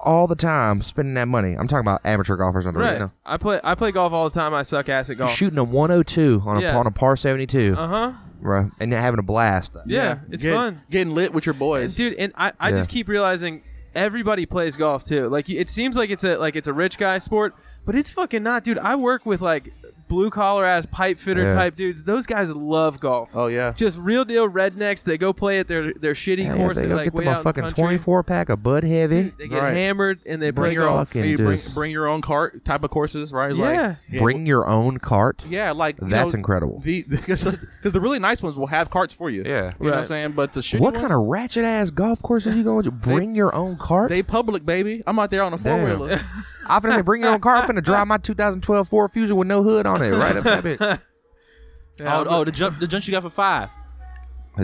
all the time spending that money. I'm talking about amateur golfers under right? you know. I play I play golf all the time. I suck ass at You're golf. shooting a 102 on a Yeah. on a par 72, Uh huh. bro, and you're having a blast. Yeah, it's Get- fun, Getting lit with your boys. dude. And I, I Yeah. just keep realizing everybody plays golf too. Like it seems like it's a like it's a rich guy sport, but it's fucking not, dude. I work with like blue collar ass pipe fitter Yeah. type dudes. Those guys love golf. Oh yeah. Just real deal rednecks. They go play at their their shitty Yeah, course. they They go like get way them a out in fucking the country. 24 pack of Bud Heavy. They get Right. hammered and they Bring play your golf. fucking Hey, bring, just- bring your own cart type of courses, right? It's Yeah. Like, yeah. Bring your own cart. Yeah, like you That's know, incredible. The because the really nice ones will have carts for you. Yeah. you know what I'm Right. saying. But the shitty What ones, kind of ratchet ass golf course is you going to? Bring your own cart. they public baby? I'm out there on a four Damn. wheeler. I'm finna bring your own car. I'm finna drive my 2012 Ford Fusion with no hood on it. Right up that bitch. oh, oh, the jump, the jump you got for five.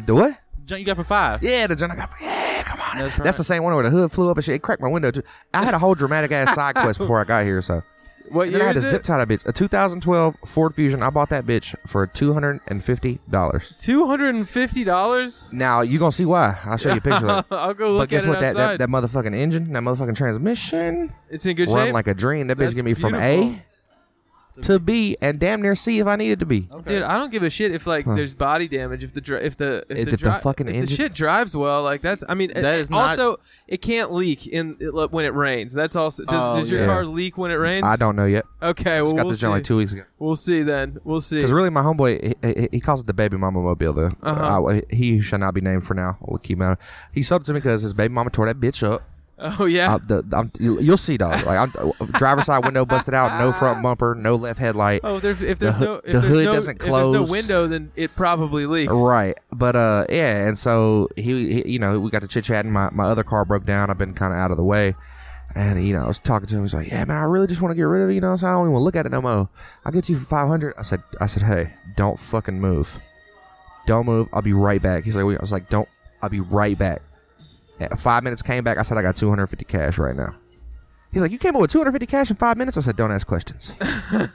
The what? Jump you got for five. Yeah, the John. Yeah, come on. That's, That's right. the same one where the hood flew up and shit. It cracked my window too. I had a whole dramatic ass side quest before I got here, so. What And then I year had to is zip it? tie that bitch. A 2012 Ford Fusion. I bought that bitch for two hundred and fifty dollars. Two hundred and fifty dollars. Now you gonna see why. I'll show you a picture. of it. I'll go But look guess at what? it That, that outside. that motherfucking engine, that motherfucking transmission, it's in good run shape. like a dream. That bitch That's get me from A to B and damn near C if I needed to be. Dude, I don't give a shit if like there's body damage if the dri- if the if, If the, the dri- fucking if the engine- shit drives well like that's I mean it- That is not- also it can't leak in it, like, when it rains that's also does, Oh, does your yeah. car leak when it rains I don't know yet. okay well Just got we'll this see joint like two weeks ago. we'll see then we'll see Because really, my homeboy, he, he, he calls it the baby mama mobile, though. Uh-huh. Uh, he who shall not be named for now. I'll keep him out. He sold it to me because his baby mama tore that bitch up. oh yeah Uh, the, the- I'm, you- you'll see, dog. Like, I'm, uh, driver's side window busted out, no front bumper, no left headlight. oh there, if there's the no hood- if the there's hood no, doesn't if there's close. no window then it probably leaks Right, but uh, yeah, and so he, he you know, we got to chit chatting. My my other car broke down. I've been kind of out of the way, and you know, I was talking to him. He's like, "Yeah, man, I really just want to get rid of it. You know, so I don't even want to look at it no more. I'll get you for five hundred. I said, I said, hey, don't fucking move, don't move. I'll be right back. He's like, "Wait." I was like, don't. I'll be right back. At five minutes came back. I said, I got two hundred fifty cash right now. He's like, you came up with two hundred fifty cash in five minutes. I said, don't ask questions.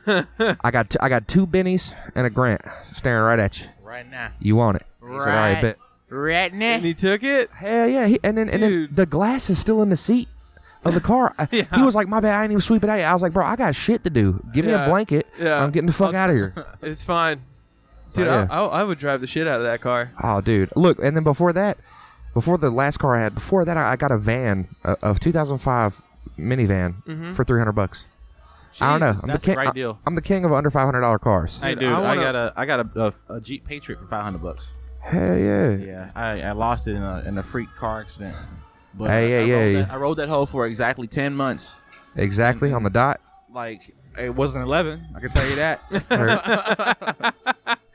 I got t- I got two bennies and a grant staring right at you. Right now. You want it? He said, "All right, bet." Right and now. he took it Hell yeah! He, and then and then Dude. the glass is still in the seat of the car. I- He was like, "My bad, I didn't even sweep it out." I was like, "Bro, I got shit to do. Give me Yeah. a blanket. Yeah. I'm getting the fuck out of here." it's fine dude yeah. I, I, I would drive the shit out of that car oh, dude, look. And then before that, before the last car I had, before that, I, I got a van, a, of 2005 minivan for 300 bucks. I don't know. Mm-hmm. Jesus, I'm that's the king, a great I- deal. I'm the king of under 500 dollar cars. Hey, Dude, dude, I I, wanna- got a I got a, a, a Jeep Patriot for five hundred bucks. Hell yeah. Yeah, I, I lost it in a, in a freak car accident. But Hey, I, I yeah, rode yeah. That, I rode that hoe for exactly ten months. Mm-hmm. Exactly on the dot. Like it wasn't eleven. I can tell you that.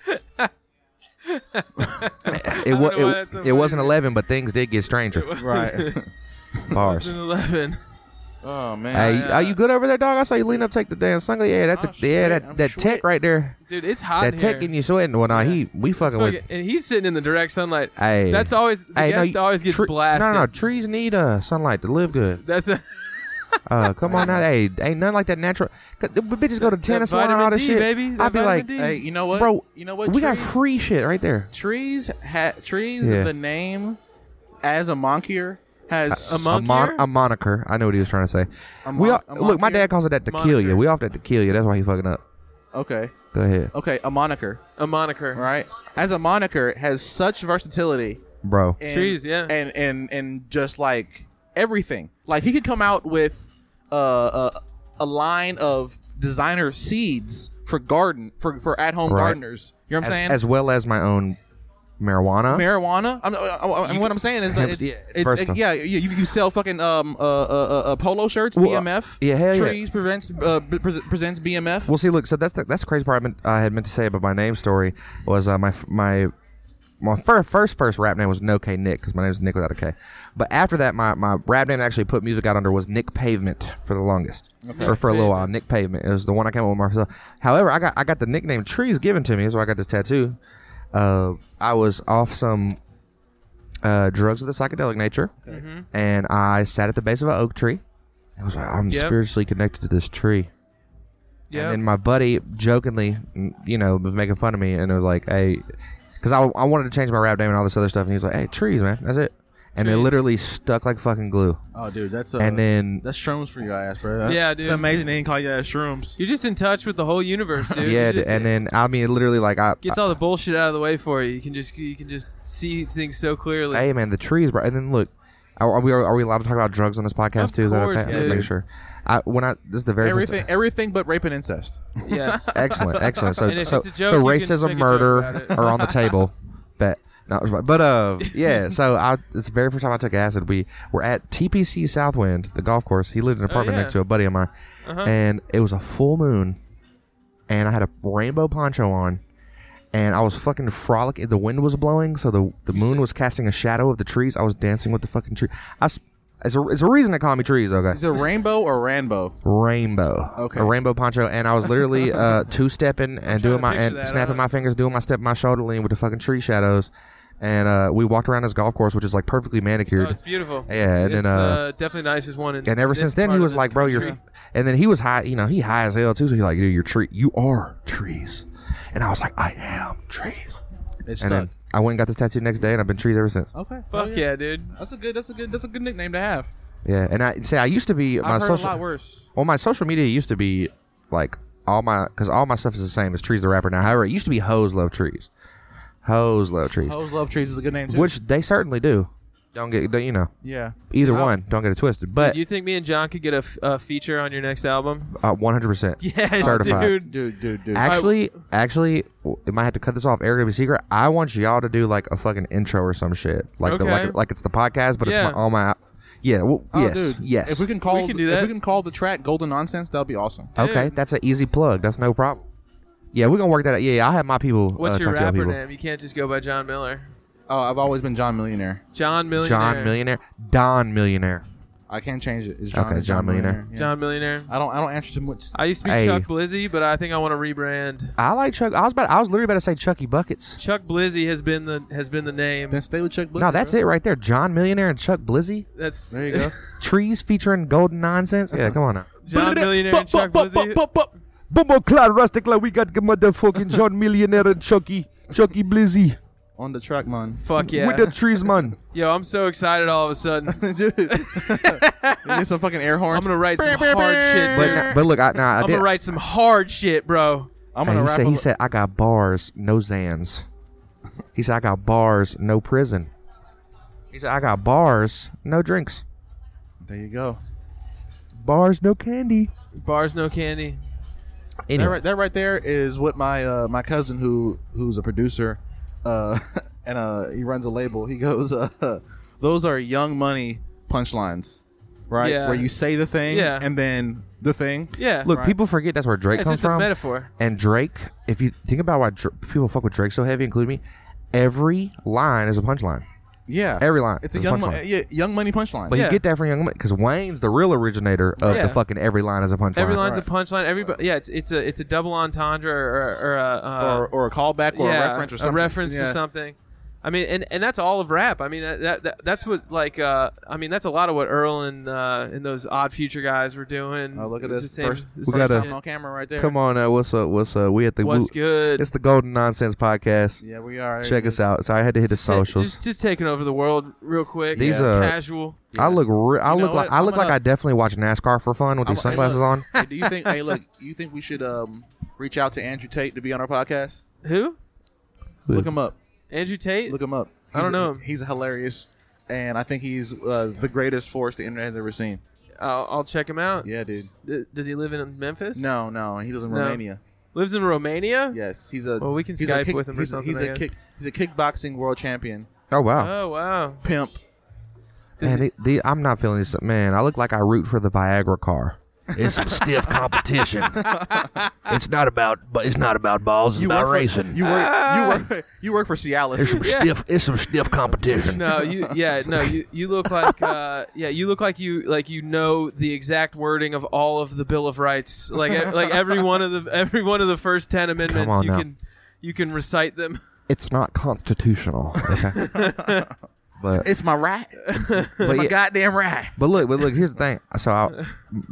It wa- don't know why it, that's so it funny. wasn't 11, but things did get stranger. right. Bars. an 11 Oh man. Hey, yeah. are you good over there, dog? I saw you lean up, take the damn sunglasses. Yeah, that's Oh, a, yeah, shit, that, I'm that tech sweating. right there. dude it's hot that in tech here. getting you sweating. Well, nah, he we fucking Fuck it. with. and he's sitting in the direct sunlight. Hey, That's always the Hey, no, guest you- always gets tre- blasted. No, no, no, trees need uh sunlight to live good. That's a Uh, come on now, hey, ain't nothing like that natural. 'cause the bitches go to tennis line and all vitamin D, this shit. baby. That I'd be vitamin like, D. Hey, you know what, bro, You know what? We got trees- free shit right there. trees. Ha- trees. Yeah. The name as a monkier has a a, monk mon- here? a moniker. I know what he was trying to say. A we mon- all, a look, my moniker? dad calls it that tequila. Moniker. We off that tequila. That's why he fucking up. okay, Go ahead, okay, a moniker, a moniker. right? As a moniker, has such versatility. bro. and, Trees, yeah. and and and just like everything. Like he could come out with uh, a a line of designer seeds for garden for for at home Right. gardeners. You know what As, I'm saying? as well as my own marijuana. marijuana. I'm, I, I, I- what I'm saying is that Yeah, it's, it's it's, versatile. yeah, you, you you sell fucking um uh uh, uh, uh polo shirts Well, BMF. yeah, hell yeah. trees prevents uh, b- pres- presents BMF. Well, see, look. So that's the, that's the crazy part I, meant, I had meant to say about my name story was uh, my f- my my first first first rap name was No K Nick because my name is Nick without a K. But after that, my my rap name I actually put music out under was Nick Pavement for the longest, or for a little while. Nick Pavement. It was the one I came up with myself. However, I got I got the nickname Trees given to me, so I got this tattoo. Uh, I was off some uh, drugs of the psychedelic nature, and I sat at the base of an oak tree. I was like, I'm Yep. spiritually connected to this tree. Yeah. And then my buddy jokingly, mm, you know, was making fun of me and was like, hey, because I, I wanted to change my rap name and all this other stuff. And he was like, hey, trees, man. That's it. And it literally stuck like fucking glue. Oh, dude, that's uh, and then, that's shrooms for your ass, bro. Yeah, dude. It's amazing they didn't call you that shrooms. You're just in touch with the whole universe, dude. yeah, You just- and then, I mean, it literally, like, I. gets all the bullshit out of the way for you. You can just you can just see things so clearly. hey, man, the trees, bro. And then, look, are, are we, are we allowed to talk about drugs on this podcast, Of too? Is that course, okay? Just dude. making sure. I, when I, this is the very first- Everything, everything but rape and incest. Yes. Excellent, excellent. So, And if so, it's a joke, so you can racism, make a joke murder about it. are on the table. Bet. No, it was- but uh, yeah. So I, it's the very first time I took acid. We were at TPC Southwind, the golf course. He lived in an apartment Oh, yeah. Uh-huh. next to a buddy of mine, and it was a full moon, and I had a rainbow poncho on, and I was fucking frolic. The wind was blowing, so the the moon was casting a shadow of the trees. I was dancing with the fucking tree. I. s- It's a, it's a reason they call me trees, okay? Is it rainbow or Rambo? rainbow. Okay. A rainbow poncho, and I was literally uh, two stepping and doing my picture and that. snapping I- my fingers, doing my step, my shoulder lean with the fucking tree shadows, and uh, we walked around this golf course, which is like perfectly Oh, manicured. it's beautiful. Yeah, It's- and then, it's, uh, definitely nicest one. In and ever this since then, he part of was the like, "Bro, you're," country. and then he was high. You know, he high as hell too. So he's like, "Dude, you're tree. You are trees," and I was like, "I am trees." It's stuck. And then I went and got this tattoo the next day, and I've been trees ever since. Okay. Fuck Oh, yeah, dude. That's a good. That's a good. That's a good nickname to have. Yeah, and I say I used to be my I've heard social. a lot worse. Well, my social media used to be like all my because all my stuff is the same as Trees the Rapper now. However, it used to be Hoes Love Trees. Hoes Love Trees, Hoes love trees is a good name too. which they certainly do. Don't get don't- you know yeah, either Oh. one. Don't get it twisted. But Do you think me and John could get a, f- a feature on your next album? uh, one hundred percent Yes, certified. dude. dude, dude, dude. Actually, actually, w- it might have to cut this off. Eric W. Secret. I want y'all to do like a fucking intro or some shit, like the, Okay. like like it's the podcast, but Yeah. it's my, all my. Yeah. Well, Oh, yes. dude. Yes. If we can call, We can do if that. we can call the track "Golden Nonsense," that'll be awesome. okay, dude. that's an easy plug. That's no problem. Yeah, we're gonna work that out. Yeah, yeah, I'll have my people. What's uh, your talk to y'all rapper people. name? You can't just go by John Miller. Oh, I've always been John Millionaire. John Millionaire. John Millionaire. Don Millionaire. I can't change it. It's John, Okay, it's John Millionaire. Yeah. John Millionaire. I don't. I don't answer to much. I used to be Hey. Chuck Blizzy, but I think I want to rebrand. I like Chuck. I was about. I was literally about to say Chucky Buckets. Chuck Blizzy has been the has been the name. Then stay with Chuck. Blizzard, No, that's bro. it right there. John Millionaire and Chuck Blizzy. That's There you go. Trees featuring golden nonsense. Yeah, come on now. John Millionaire and Chuck Blizzy. Bumbo clad rustic like we got the motherfucking John Millionaire and Chucky. Chucky Blizzy. On the track, man. Fuck yeah. trees, man. Yo, I'm so excited all of a sudden. I'm dude, you need some fucking air horns. gonna write some hard shit, But, dude. now- but look, I, nah, I I'm did. gonna write some hard shit, bro. I'm gonna Hey, he wrap said, up. he said, I got bars, no Zans. He said, I got bars, no prison. He said, I got bars, no drinks. there you go. Bars, no candy. Bars no candy. That Anyway, right, that right there is what my uh, my cousin who who's a producer, uh, and uh, he runs a label. He goes, uh, those are Young Money punchlines, right? Yeah. Where you say the thing, Yeah. and then the thing. Yeah. look, Right. people forget that's where Drake it's comes just a from. metaphor. And Drake, if you think about why Dr- people fuck with Drake so heavy, including me, every line is a punchline. Yeah, Every line It's a is a Young Mo- punchline. yeah, Young Money punchline. But Yeah. you get that from Young Money because Wayne's the real originator of Yeah. the fucking every line is a punchline. Every line's a punchline. Everybody, yeah, it's it's a it's a double entendre or or, or a uh, or, or a callback or yeah, a reference or something. reference Yeah. to something. I mean, and, and that's all of rap. I mean, that, that, that that's what like uh, I mean, that's a lot of what Earl and uh, and those Odd Future guys were doing. Oh, look at It's this. the same- First- the we same got a- shit. Something on camera right there. Come on, uh, what's up? What's up? We at the What's we- good? It's the Golden Nonsense Podcast. Yeah, we are. Check us out. Sorry, I had to hit the Ta- socials. Just, just taking over the world real quick. These uh, yeah. are- casual. I look, re- I You know look like what? I I'm look like gonna- I definitely watch NASCAR for fun with I'm- these hey, sunglasses look. on. Hey, do you think? hey, look. You think we should um reach out to Andrew Tate to be on our podcast? Who? Look him up. Andrew Tate. Look him up. I don't know him. He's hilarious, and I think he's uh, the greatest force the internet has ever seen. I'll, Uh, I'll check him out. Yeah, dude. D- Does he live in Memphis? No, no, he lives in No. Romania. Lives in Romania. Yes, he's a. Well, we can he's a Skype with him or he's a- something, He's I a guess. kick. He's a kickboxing world champion. Oh wow, Oh wow. Pimp. Does man, he- they- they- I'm not feeling this. Man, I look like I root for the Viagra car. It's some stiff competition. It's not about, but it's not about balls. It's work for- you work. You Ah. work. You work for Cialis. some stiff. It's some stiff competition. No, you yeah, no, you, you look like uh yeah, you look like you like you know the exact wording of all of the Bill of Rights. Like e- like every one of the every one of the first 10 amendments on you now. can you can recite them. It's not constitutional. Okay? but It's my right. but, My yeah, goddamn right. but look, but look. Here's the thing. So I,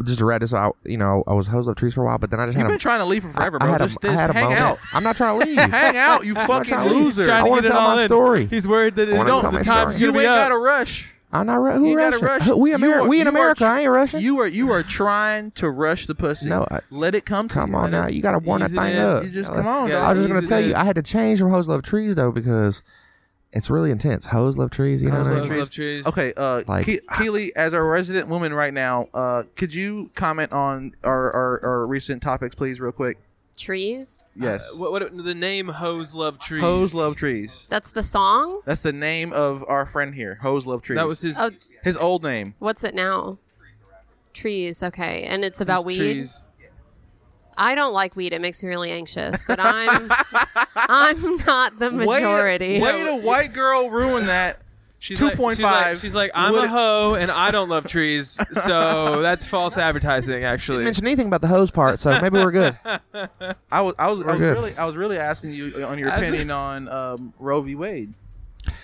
just to wrap this out, you know, I was hosed up trees for a while, but then I just You've had been a, trying to leave him I- forever, I bro. had a- Just I this. had a Hang moment. out. I'm not trying to leave. Hang out. You trying fucking to leave. loser. Trying I to wanna get it tell all my in. story. He's worried that it, wanna no, tell the my time's story. You gonna ain't be got up. to rush. I'm not. Ru- who You gotta Russia? rush. Who- we You Ameri- are- we you in are America. tr- I ain't Russian. You are you are trying to rush the pussy. No, I- let it come. To Come you. on now, you gotta warm that Ease it thing in. up. You just Like, come on. Yeah, dog. I was just Ease gonna it tell in. you, I had to change from Hose Love Trees though because it's really intense. Hose Love Trees, you know Those what I love mean? trees. trees. Okay, uh, Like- Ke- Keely, as our resident woman right now, uh, could you comment on our, our, our recent topics, please, real quick? Trees. Yes. Uh, What, what the name Hose Love Trees? Hose love trees. That's the song. That's the name of our friend here. Hose love trees. That was his Oh, his old name. what's it now? Trees. Okay, and it's his about weed. trees. I don't like weed. It makes me really anxious. But I'm I'm not the majority. Way, way to white girl ruin that. She's Two like- point she's like- five. She's like, I'm Would a it- hoe and I don't love trees, so that's false advertising. Actually, Didn't mention anything about the hose part, so maybe we're good. I was I was, I was good. really I was really asking you on your As a- opinion on um, Roe v. Wade.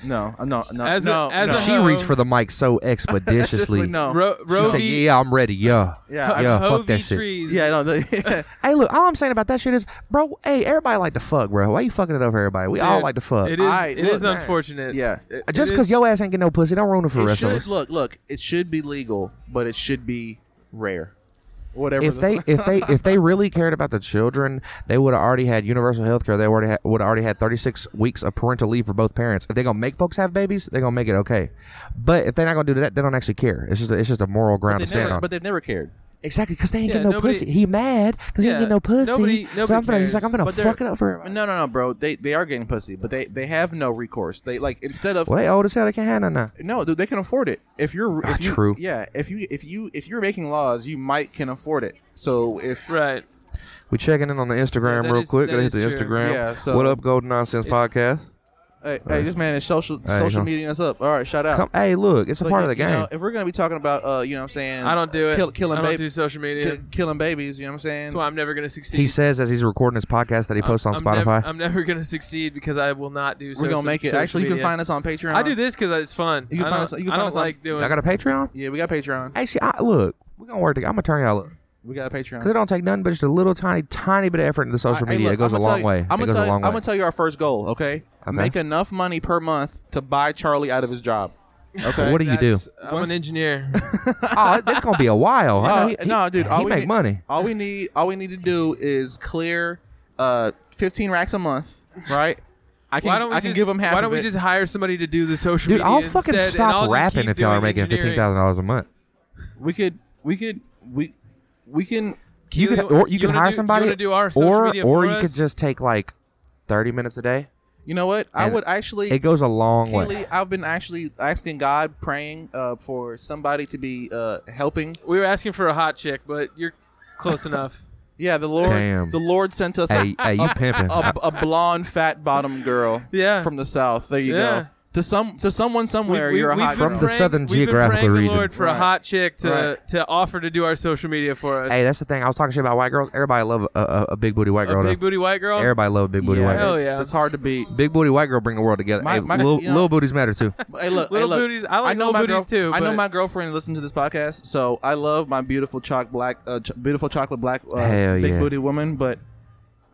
No, uh, no, no, As a- no. as no. a she hoe- reached for the mic so Just expeditiously. like, no. Ro- Roe She said, v. "Yeah, I'm ready. Yeah, Yeah, I- yeah. Hoe Fuck that v. shit." trees. yeah, no. The, Hey, look, all I'm saying about that shit is, bro. Hey, everybody like to fuck, bro. Why you fucking it over everybody? We all Dude, like to fuck. It is. I- it look, is man. unfortunate. Yeah. It- it Just is- because yo ass ain't getting no pussy, don't ruin it for the it rest of should us. look look it should be legal but it should be rare whatever if the- they if they if they really cared about the children, they would have already had universal health care. They already would have already had 36 weeks of parental leave for both parents. If they gonna make folks have babies, they gonna make it okay. But if they're not gonna do that, they don't actually care. It's just a, it's just a moral ground they to stand never, on. but they've never cared exactly, because they ain't Yeah, getting no nobody- pussy. He mad because he Yeah, ain't getting no pussy. nobody- so I'm nobody gonna, he's like, cares. I'm gonna but they're- fuck it up for everybody. no no no bro they they are getting pussy but they they have no recourse they like instead of Well, they old as hell. They can't handle now. no dude, they can afford it if you're if Ah, you, true. yeah if you if you if you're making laws you might can afford it so if Right. We checking in on the Yeah, Instagram that real is- quick. that Gotta hit is the true. Instagram. Yeah, so- what up, Golden Nonsense It's- Podcast? hey, hey, this man is social Hey, social no. media us up all right shout out Come, hey, look, it's a But part you- of the you game. know, if we're gonna be talking about uh you know what i'm saying I don't do it. kill, killing I don't do babies social media. killing babies you know what i'm saying That's why I'm never going to succeed. he says as he's recording his podcast that he I'm- posts on I'm Spotify. never- I'm never going to succeed because I will not do. we're social, gonna make it social actually you can media. find us on patreon I do this because it's fun. You can I find don't- us- you can I find don't us on- like doing. I got a Patreon. yeah we got patreon Actually, I, look, we're gonna work together. I'm gonna turn y'all up We got a Patreon. because it don't take nothing but just a little tiny, tiny bit of effort into social media. it goes a long way. I'm gonna it goes tell a you, long I'm way. gonna tell you our first goal. Okay? Okay. make enough money per month to buy Charlie out of his job. Okay, what do you do? That's- I'm Once- an engineer. oh, that's gonna be a while. I know No, he- he- no, Uh, dude. All he we make need, money. All we need, all we need to do is clear uh 15 racks a month, right? I can, Why don't we I can just, give him half. Why don't of we it. just hire somebody to do the social Dude, media? I'll fucking instead, and I'll stop just rapping keep if y'all are doing making engineering. fifteen thousand dollars a month. We could, we could, we, we can. You, could, wanna- or you, you could wanna hire do- you somebody, wanna do our social or media or for you us? could just take like thirty minutes a day. You know what? I And would actually. It goes a long way. Keely, I've been actually asking God, praying uh, for somebody to be uh, helping. We were asking for a hot chick, but you're close enough. Yeah, the Lord, Damn. the Lord sent us a- Hey, hey, you pimping? a, a blonde fat bottom girl Yeah. from the south there you Yeah. go to some to someone somewhere. you're a we've been hot From the girl. praying- Southern we've Geographical been praying region. The Lord for a Right. hot chick to Right. to offer to do our social media for us. Hey, that's the thing. I was talking shit about white girls. Everybody love a, a, a big booty white girl. a though. big booty white girl. Everybody love a big booty yeah, white girl. Hell it's, yeah. it's hard to beat. Big booty white girl bring the world together. My- hey, my- little, you know- little booties matter too. Hey, look, Little hey, look. booties- I like little my booties too, I know but- my girlfriend listens to this podcast, so I love my beautiful choc black, uh, ch- beautiful chocolate black, uh, Hell big yeah. booty woman. But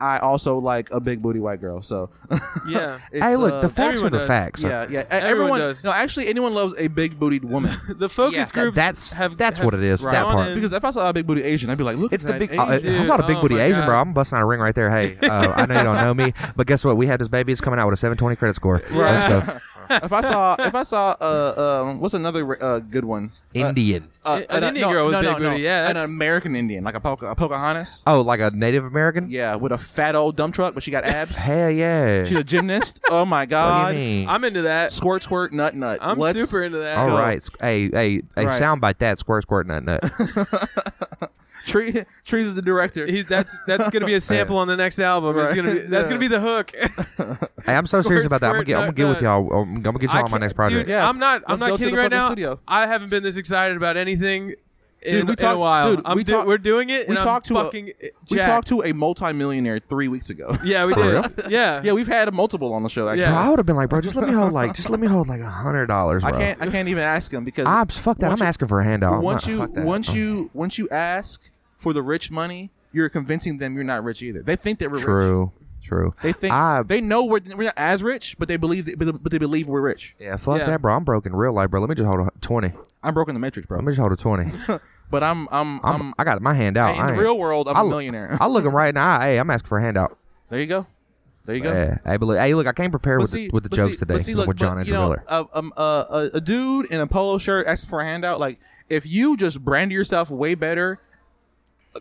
I also like a big booty white girl. So Yeah. it's, Hey, look, uh, the facts are everyone the does. facts. Yeah, yeah. Everyone, does. No, actually, anyone loves a big bootied woman The focus That- groups that's have that's have what it is. That gone part. in- because if I saw a big booty Asian, I'd be like, look, It's at the that big. Uh, Asian. I saw the big Oh booty my Asian, God. bro. I'm busting out a ring right there. Hey, uh, I know you don't know me, but guess what? We had this baby. It's coming out with a 720 credit score. Let's go. if I saw, if I saw, uh, um, what's another uh, good one? Indian. Uh, An Indian girl with big booty, yeah, an that's- American Indian, like a, Poca, a Pocahontas. Oh, like a Native American? Yeah, with a fat old dump truck, but she got abs. Hell yeah. She's a gymnast. Oh my What god. do you mean? I'm into that. Squirt, squirt, nut, nut. I'm Let's- super into that. All go. right. Squ- Hey, hey, hey, Right. soundbite that. Squirt, squirt, nut, nut. Tree, trees is the director. He's, that's that's gonna be a sample on the next album. It's gonna be, that's gonna be the hook. Hey, I'm so serious Squirt, about that. I'm gonna squirt, get, I'm gonna nut, get with nut. y'all. I'm, I'm gonna get y'all on my can't- next project. Dude, Yeah. I'm not. I'm Let's go not to kidding the right fucking now. studio. I haven't been this excited about anything in, Dude, we in talk- a while. dude, I'm we talk- we're doing it. we and I'm talked to a- fucking. uh, uh, we jacked. talked to a multimillionaire three weeks ago. Yeah, we did. real? Yeah. yeah, we've had a multiple on the show. Actually, Bro, I Yeah. would have been like, bro, just let me hold like, just let me hold like a hundred dollars, I bro. can't. I can't even ask him because I'm fuck that. I'm once you- asking for a handout. Ah, I'm Once not- you, fuck that. once I'm- you, once you ask for the rich money, you're convincing them you're not rich either. They think that we're rich. True, Ah, true. They think I, they know we're, we're not as rich, but they believe that, but they believe we're rich. yeah, fuck Yeah. that, bro. I'm broke in real life, bro. Let me just hold a twenty. Let I'm broken the matrix, bro. me just hold a twenty. But I'm, I'm, I'm, I'm. I got my handout. Um, Hey, in the real world, I'm a millionaire. I look him right in the eye. Hey, I'm asking for a handout. there you go. There you go. Yeah. Hey, but look, hey, look, I came prepared with the, with the but jokes see- today but see, look, with John but, Andrew you know, Miller. A, um, uh, a, a dude in a polo shirt asking for a handout. Like, if you just brand yourself way better,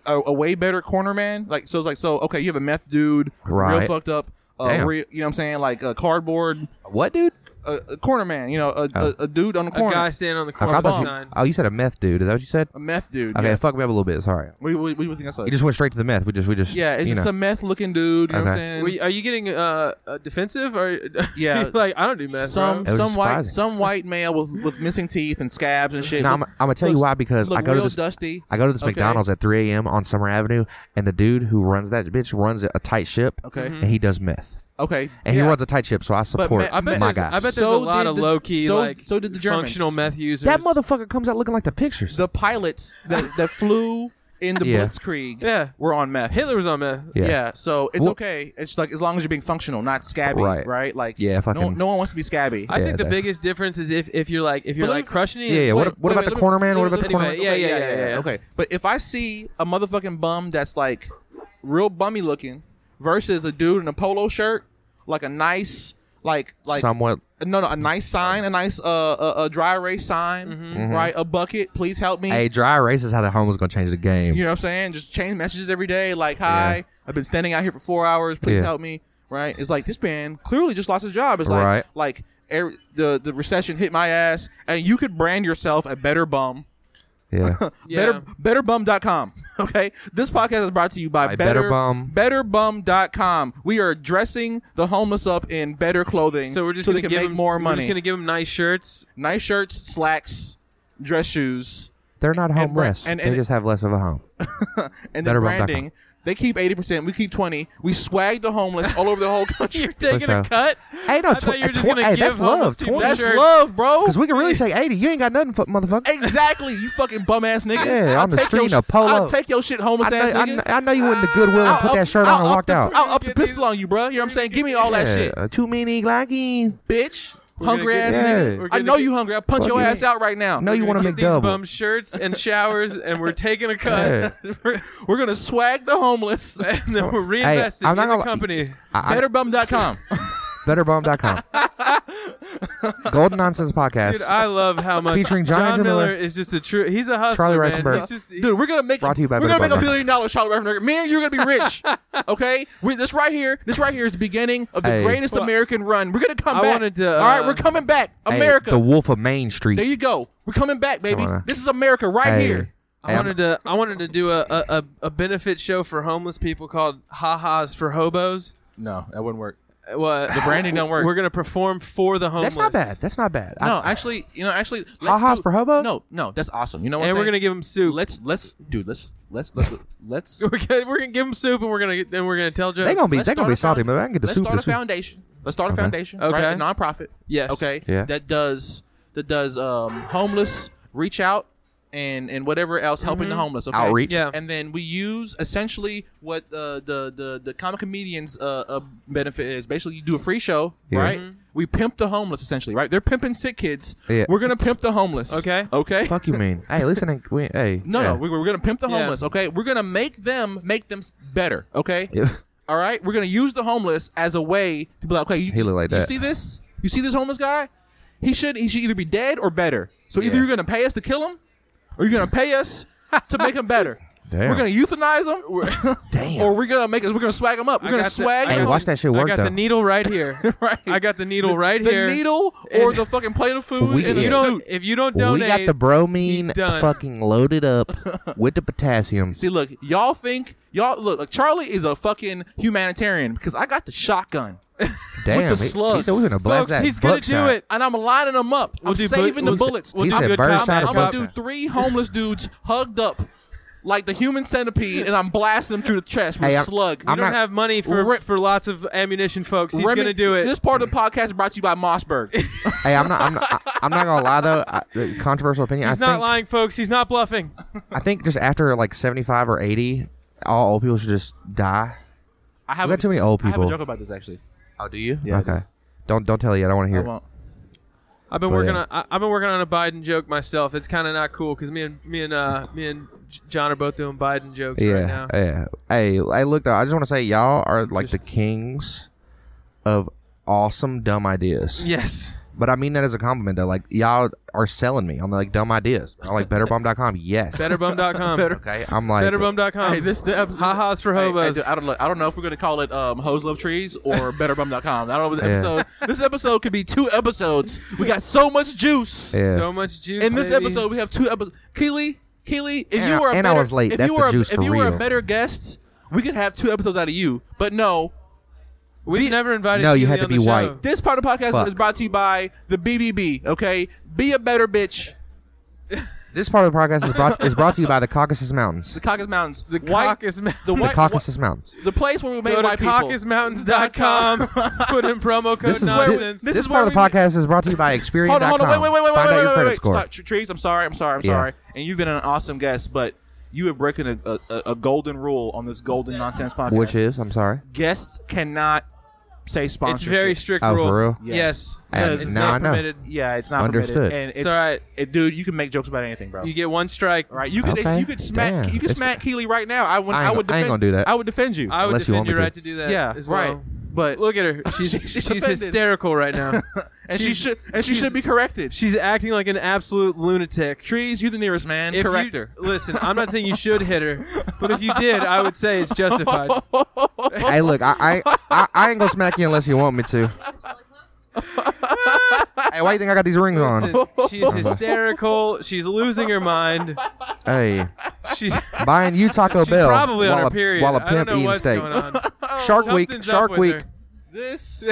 a, a way better corner man. Like, so it's like, so okay, you have a meth dude, real Right. fucked up. Uh, Damn. real, you know what I'm saying? Like a cardboard, What, dude? a, a corner man. You know, a, Oh. a, a dude on the A corner, guy standing on the Okay, corner I of thought the you- sign. oh, you said a meth dude. Is that what you said? a meth dude. Okay, yeah. fuck me up a little bit. Sorry. What, do you- what, do you- what do you think I said? You just went straight to the meth. We just, we just, yeah, it's you just know. a meth looking dude. You know what I'm Okay. saying? Were you- Are you getting uh, uh, defensive? Or Yeah. like I don't do meth. some was some white surprising. some white male with, with missing teeth and scabs and shit. No, I'm- I'ma tell you looks- why, because look I go to real this- dusty. I go to this Okay. McDonald's at 3 a.m. on Summer Avenue, and the dude who runs that bitch runs a tight ship. Okay. Mhm. And he does meth. Okay, And yeah. he runs a tight ship, so I support ma- I I bet my there's, I guy. bet there's So a lot did of the- low key so- like so did the Germans. functional meth users. that motherfucker comes out looking like the pictures. the pilots that, that flew in the Yeah. Blitzkrieg. Yeah. were on meth. Hitler was on meth. Yeah. Yeah. so it's Well- okay. It's like as long as you're being functional, not scabby, right? Right. Like Yeah, no, fucking- no one wants to be scabby. I Yeah, think the that- biggest difference is if, if you're like if you're But let like me- crushing it. Yeah, yeah, it's what- like- what about the let me- corner man? What let me- about the let me- corner man? okay, Yeah, yeah, yeah, yeah. Okay, but if I see a motherfucking bum that's like real bummy looking versus a dude in a polo shirt, like a nice, like like Somewhat. no no a nice sign, a nice uh a, a dry erase sign, Mm-hmm. right? A bucket, please help me. Mm-hmm. Hey, dry erase is how the homeless gonna change the game. You know what I'm saying? Just change messages every day. Like, hi, I've been standing out here for four hours. Please Yeah. help me. Right? It's like this man clearly just lost his job. It's like Right. like er, the the recession hit my ass, and you could brand yourself a better bum. yeah. Yeah. Better betterbum.com. Okay, this podcast is brought to you by, By better, Better Bum. betterbum.com. We are dressing the homeless up in better clothing, So we're just so gonna they can give make him, more We're money. just gonna give him nice shirts. nice shirts, slacks, dress shoes. They're not bra- homeless. and- they and- just have less of a home. and then BetterBump.com. branding. They keep eighty percent. We keep twenty. We swag the homeless all over the whole country. You're taking a sure. cut. Hey, no, I tw- thought you were uh, just tw- gonna hey, give that's homeless love. people 20 That's shirts. love, bro. Because we can really take 80. You ain't got nothing, fu- motherfucker. exactly. You fucking bum ass nigga. Yeah, I'll on the take your street in a sh- polo. I'll take your shit, homeless I know, ass nigga. I, kn- I know you went to Goodwill and I'll put up- that shirt I'll on and up walked the- out. I'll up the pistol on you, bro. You know what I'm saying? Give me all that shit, Yeah, Too many Glockies. bitch. gonna Hungry get- ass Yeah. nigga. We're I gonna know get- you hungry. I'll punch Fuck your yeah. ass out right now. No, you want to Get make these double. bum shirts and showers, and we're taking a cut. Yeah. we're, we're gonna swag the homeless. And then we're I'm reinvesting not in the gonna- company. I- I- Betterbum.com. betterbomb.com. Golden Nonsense Podcast. uh, Dude, I love how much Featuring John Andrew Miller, Miller. is just a true. He's a hustler, Charlie man. Reichenberg. He's just- he- Dude, we're gonna make Brought to you by we're gonna Better make a Button. billion dollars, Charlie Reifenberger. Me and you're gonna be rich, okay? We, this right here, this right here is the beginning of the Hey. greatest American run. We're gonna come I back. wanted to, All right, uh, we're coming back, Hey, America. the Wolf of Main Street. there you go. We're coming back, baby. Come on. This is America right Hey. here. I wanted to. I wanted to do a, a a- a benefit show for homeless people called "Ha Ha's for Hobos." No, that wouldn't work. well, The branding don't work. We're gonna perform for the homeless. That's not bad. That's not bad. I- no, actually, you know, actually, Ha-ha do- for hobo? No, no, that's awesome. You know what? and I'm we're saying? gonna give them soup. let's let's dude let's let's let's let's, we're gonna we're gonna give them soup, and we're gonna and we're gonna tell jokes. they gonna be let's they start gonna be a salty, found- but I can get the let's soup. start the a soup. foundation. Let's start a foundation, Okay. right? A nonprofit. Yes. Okay. Yeah. That does that does um homeless reach out and and whatever else helping the homeless. Okay. Outreach. Mm-hmm. Yeah. And then we use essentially what uh, the the the comic comedians uh, uh benefit is. Basically, you do a free show, Yeah. right? Mm-hmm. We pimp the homeless essentially, right? They're pimping sick kids. Yeah. We're gonna pimp the homeless. Okay. Okay. Fuck you mean? hey, listen, ain't- we hey. No, yeah. no, we, we're gonna pimp the Yeah. homeless. Okay, we're gonna make them make them s- better. Okay, Yeah. all right, we're gonna use the homeless as a way to be like, okay, you, He look like you that. see this? You see this homeless guy? He should he should either be dead or better. So either you're gonna pay us to kill him, or you're gonna pay us to make him better. Damn. We're gonna euthanize him, Damn. or we're gonna make us we're gonna swag him up. We're I gonna got the- swag I hey, him. got watch that shit work I got though. the needle right here. Right. I got the needle right the here. needle or the fucking plate of food. We- and a You don't. suit. If you don't we donate, got the he's bromine done. fucking loaded up with the potassium. See, look, y'all think y'all look like Charlie is a fucking humanitarian because I got the shotgun. Damn, the he- he slugs. said we're gonna Folks, blast that he's gonna buckshot. do it. and I'm lining them up. We'll I'm do bu- saving the we'll- bullets. we'll He do said good bird combat. I'm shot or gonna buckshot. do three homeless dudes hugged up like the human centipede, and I'm blasting them through the chest with Hey, a I'm- slug. I'm We don't not- have money for Rem- for lots of ammunition, folks. He's Remy- gonna do it. This part of the podcast is brought to you by Mossberg. Hey, I'm not. I'm not, I- I'm not gonna lie though. I, the controversial opinion. He's I not think, lying, folks. He's not bluffing. I think just after like 75 or 80, all old people should just die. I have We got too many old I have a people. joke about this actually. Oh, do you? Yeah, I okay. Don't don't tell you. I don't want to I hear. it. won't. I've been But, working yeah. on I, I've been working on a Biden joke myself. It's kind of not cool because me and me and uh, me and J- John are both doing Biden jokes right Yeah, now. yeah. Hey, hey. Look, though, I just want to say y'all are like the kings of awesome dumb ideas. Yes, But I mean that as a compliment though. Like y'all are selling me on like dumb ideas. I'm like betterbum.com. Yes. betterbum.com. Better, Okay. I'm like betterbum.com. Hey, this the episode. Ha-has for hobos. I don't know. I don't know if we're gonna call it um, "Hose Love Trees" or "BetterBum.com." I don't know. What the Yeah. episode. This episode could be two episodes. We got so much juice. Yeah. So much juice In this baby. episode, we have two episodes. Keely, Keely, if And you I- were a and I better, was late. If That's you the were a, juice if for you were a real. better guest, we could have two episodes out of you. But no, We've never invited. No, you Keely had to on be the show. white. this part of the podcast Fuck. is brought to you by the BBB. Okay, be a better bitch. This part of the podcast is brought is brought to you by the Caucasus Mountains. The Caucasus Mountains. The Caucasus Mountains. The, The white, The Caucasus Mountains. The place where we made Go to white people. caucusmountains.com. put in promo code This is where- nonsense. this This, is part of the where we- podcast is brought to you by Experian.com. Hold on, hold on, wait, wait, wait, wait, Find wait, out wait, your wait, credit wait. score. Stop, Tr- Trees, I'm sorry, I'm sorry, I'm Yeah. sorry. And you've been an awesome guest, but you have broken a, a, a- a golden rule on this golden nonsense podcast, Which is, I'm sorry. guests cannot say sponsorships. It's very strict Oh, rule. for real? Yes, Yes. And it's now I not know. permitted. Yeah, it's not Understood. Permitted. And it's, It's all right. It, dude, you can make jokes about anything, bro. You get one strike. all right, you could Okay. you could smack Damn. you could It's- smack Keely right now. I would I ain't I would gonna- I defend, ain't gonna do that. I would defend you. I would Unless you defend want me your right to. to do that. yeah, as well. right. But Look at her. She's She's she's, offended. hysterical right now. and she she's- should and she she's- should be corrected. she's acting like an absolute lunatic. Trees, you're the nearest man. If you- Correct her. Listen, I'm not saying you should hit her, but if you did, I would say it's justified. hey, look, I, I, I, I ain't gonna smack you unless you want me to. hey, why you think I got these rings on? Listen, she's hysterical. She's losing her mind. Hey, She's, she's buying you Taco Bell probably while on her a, period. while a I don't pimp know eating what's steak. going on. Shark Week, Something's up Shark with Week. her. This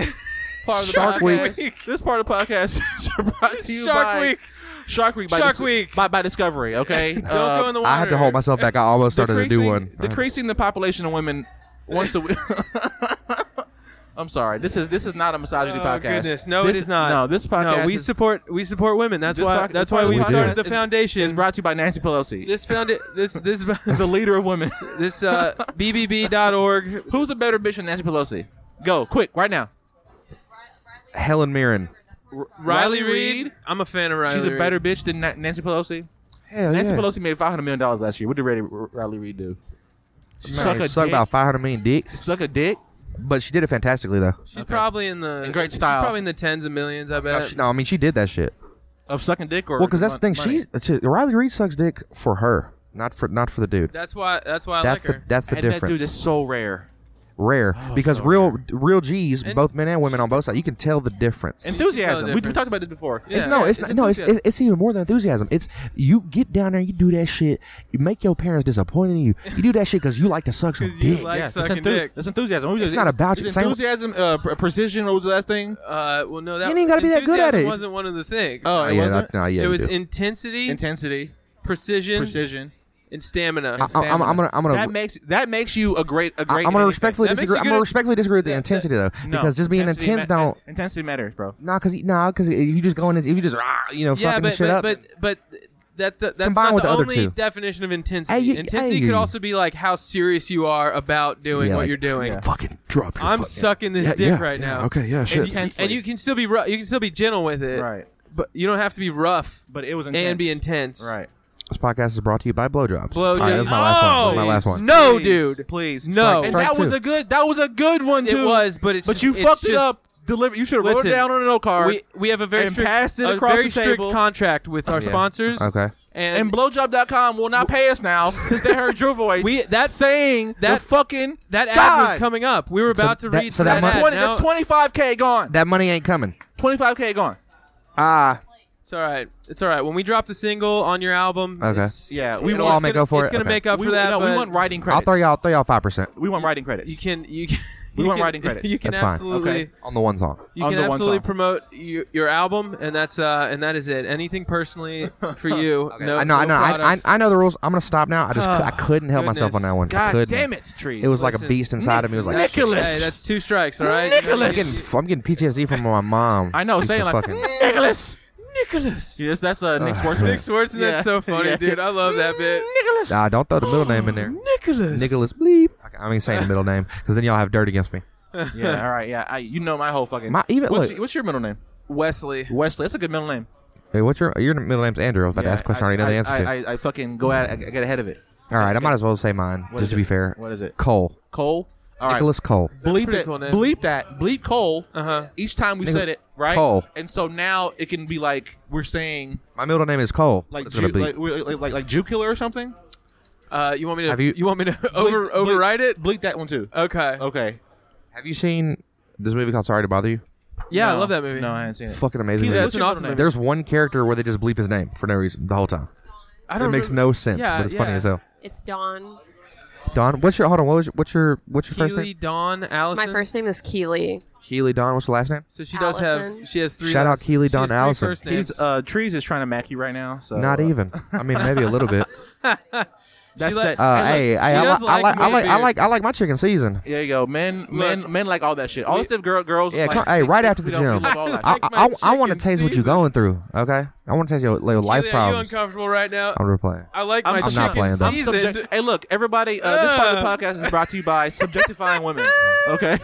part of the Shark podcast. Week. This part of the podcast is brought to you Shark by Week. Shark Week. By Shark Dis- Week. By, by Discovery. Okay. Don't go in the water. Uh, I had to hold myself back. I almost started to decreasing, do one. decreasing the population of women once a week. I'm sorry. This is this is not a misogyny Oh, podcast. goodness. No, This- it is not. No, this podcast No, we is, support we support women. That's This why podca- that's this why we podcast started the is- foundation. is brought to you by Nancy Pelosi, this found this this the leader of women. this uh, bbb.org Who's a better bitch than Nancy Pelosi? Go quick right now. Uh, Helen Mirren. Riley Reed. I'm a fan of Riley. She's a Reid. better bitch than Na- Nancy Pelosi. Hell Nancy yeah. Pelosi made five hundred million dollars last year. What did Riley, Riley Reed do? Suck, suck a dick. about 500 million dicks. Suck a dick. But she did it fantastically, though. She's probably in the In great she's style. probably in the tens of millions. I No, bet. she- Oh no, I mean, she did that shit. Of sucking dick or Well, because that's the mon- thing. money? She she- Riley Reed sucks dick for her, not for not for the dude. That's why. That's why I That's like the her. that's the and that dude difference. is so rare. rare Oh, because real real G's, both men and women on both sides, you can tell the difference. Enthusiasm. We, we difference. talked about this before. It's Yeah. no, it's, not, no, it's, enthusiasm. it's it's even more than enthusiasm. It's you get down there, you do that shit, you make your parents disappointed in you. You do that shit because you like to suck some 'Cause you dick. like Yeah, that's sucking enthu- dick. that's enthusiasm. What was It's it? not about It's you. Same- Enthusiasm, uh, pre- precision. What was the last thing? Uh, well, no, that You ain't gotta be that good at enthusiasm it. Wasn't one of the things. Oh, it yeah, wasn't. that- nah, yeah, it you was do. intensity, Intensity, precision, precision. and stamina. I- I'm- I'm- I'm gonna- I'm gonna- That makes that makes you a great a I, great. am gonna anything. respectfully That makes disagree. you I'm good at- gonna respectfully disagree with the that- intensity though, No, because just being intensity intense ma- don't. intensity matters, bro. Nah, cause nah, cause if you just go in, and- if you just rah, you know, yeah, fucking but shit but, up. but but that, that that's Combined not with the, the other only two. definition of intensity. Hey, you- intensity hey. could also be like how serious you are about doing Yeah, what like, you're doing. fucking drop your. I'm fucking- sucking this Yeah, dick yeah, right yeah, now. Okay, yeah, And shit. you, and you can still be rough. You can still be gentle with it, Right. But you don't have to be rough But it was intense. and be intense, Right. This podcast is brought to you by blowjobs. Blow All right, that's jobs. my last one. Oh, That's my last one. No, Please, dude. Please. No. And Strike that two. was a good. That was a good one It too. was, but it's But you it's fucked it just- up. Deliver. You should have wrote it Listen, down on a note card. We, we have a very and strict, passed it a across very the strict table. contract with our sponsors. Okay. and, and blowjob.com will not pay us now since they heard your voice. We- that- saying that- the fucking that ad God. was coming up. We were about to that- read so that ad. must- That's twenty. Now- That's twenty five k gone. That money ain't coming. Twenty five k gone. Ah, It's all right. It's all right. When we drop the single on your album, Okay. it's- Yeah, we it'll- want- it's make gonna- up for It's it? gonna Okay. make up we, for that. No, we but want writing credits. I'll throw y'all, throw y'all five percent We want writing credits. You can. You can. We you want can- writing credits. You can That's fine. absolutely. Okay. on the one song. You On can the one absolutely song. promote your, your album, and that's uh, and that is it. Anything personally for you? No, I know, no I know, I, I, products. I know the rules. I'm gonna stop now. I just, cou- I couldn't help myself on goodness. that one. I God couldn't. damn it, trees. It was like a Listen, beast inside of me. It was like, Nick- Nicholas. Hey, that's two strikes. All right, I'm Nicholas. getting, I'm getting PTSD from my mom. I know, Piece saying of like fucking- Nicholas. Nicholas. Yes, that's uh, Nick Nick Schwartzman. Swartzen, Yeah. that's so funny, Yeah. dude. I love that bit. Nicholas. Nah, don't throw the middle name in there. Nicholas. Nicholas bleep. Okay, I ain't saying the middle name because then y'all have dirt against me. yeah, all right, yeah. I, you know my whole fucking. My- even- what's, look. what's your middle name? Wesley. Wesley. That's a good middle name. Hey, what's your your middle name's Andrew? I was about to ask a question. I, already know the answer I, to. I, I, I fucking go at. it. I get ahead of it. All right, I might as well say mine What is just to it? be fair. What is it? Cole. Cole. All right. Nicholas Cole. Bleep pretty that. cool name. bleep that. Bleep Cole. Uh huh. Each time we Nichol- said it, right? Cole. And so now it can be like we're saying My middle name is Cole. like It's Jew, gonna be. like, we're- like like like Jew killer or something. Uh, you want me to? Have you, you- want me to over Bleep- override bleep- it? Bleep that one too. Okay. Oh, Okay. have you seen this movie called Sorry to Bother You? Yeah, I No. love that movie. No, I haven't seen it. Fucking amazing. Keely, movie. That's what's an your awesome movie. middle name? There's one character where they just bleep his name for no reason the whole time. I It don't makes remember- no sense, Yeah, but it's yeah. funny as hell. It's Dawn. Don, what's your hold on? What was your, what's your what's your first Keely, name? Dawn, Allison. My first name is Keely. Keely Don. What's your last name? So she does Allison. have. She has three. Shout out last- Keely, she has Dawn, three Allison. first names. He's uh trees is trying to mack you right now. So Not uh, even. I mean, maybe a little bit. That's She like- that. Uh, hey, look, hey, hey, I, does li- I, like like, I like, I Moonbeard. like, I like my chicken season. There you go. Men, men, men like all that shit. All this stuff, girl, girls. Yeah, like, come, hey, right after we the don't- we gym, love all that I, shit. I, my want to chicken taste what season. you're going through. Okay, I want to taste your, your life Keely, Are you problems. uncomfortable right now? I'm gonna play. I like I'm my subject- not chicken playing, though. I'm seasoned. subject- hey, look, everybody. Uh, this part of the podcast is brought to you by Subjectifying Women. Okay,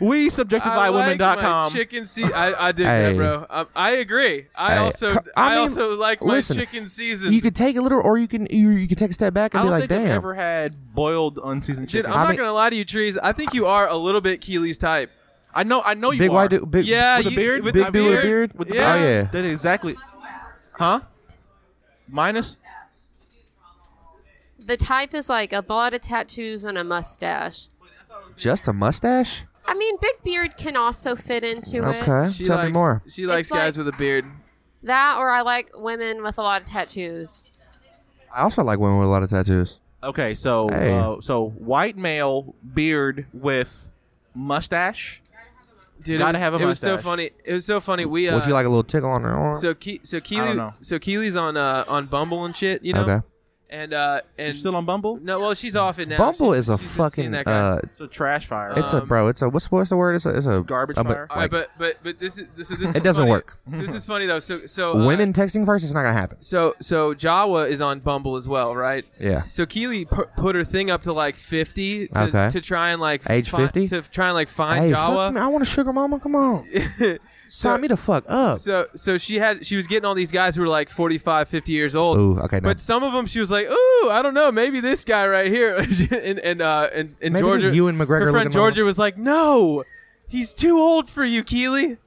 I like we my subjectifywomen.com. chicken se- I, I did Hey. that, bro. Um, I agree. I Hey, also c- I, I mean, also like my listen, chicken seasoned. You could take a little, or you can you, you can take a step back and I be don't like, think I've damn. ever had boiled unseasoned Dude, chicken. I'm I not mean- gonna lie to you, trees. I think you are a little bit Keely's type. I know, I know you Big are. white dude, big, Yeah, With a Uh, you, beard? with big a dude with beard. With the Yeah. Oh yeah. That is exactly, huh? Minus. The type is like a lot of tattoos and a mustache. Just a mustache? I mean, big beard can also fit into Okay. it. She Tell likes, me more. She likes like- guys with a beard. That, or I like women with a lot of tattoos. I also like women with a lot of tattoos. Okay, so Hey. uh, so white male beard with mustache. Dude, Gotta it was, have a it was so mustache. funny. It was so funny. We uh, Would you like a little tickle on your arm? so Ke- so I don't Keely know. so Keely's on uh on Bumble and shit, you know. okay. And uh and You're still on Bumble? no, well she's off it now. Bumble She's- is a she's been seeing fucking. that guy. Uh, It's a trash fire. it's a Um, bro. It's a what's what's the word? It's a, it's a Garbage a- fire. All right, but but but this is this, is- this It is doesn't funny. work. This is funny though. So so uh, women texting first. It's not gonna happen. So so Jawa is on Bumble as well, right? Yeah. So Keely pu- put her thing up to like fifty to, Okay. to try and like Age fi- 50? to try and like find Hey, fuck me. Jawa. I want a sugar mama. Come on. Sign me the fuck up. So so she had she was getting all these guys who were like 45, 50 years old. Ooh, okay, no. But some of them she was like, ooh, I don't know, maybe this guy right here. and and uh and, and Maybe Georgia, this Ewan McGregor her friend looking mama. Georgia was like, no, he's too old for you, Keely.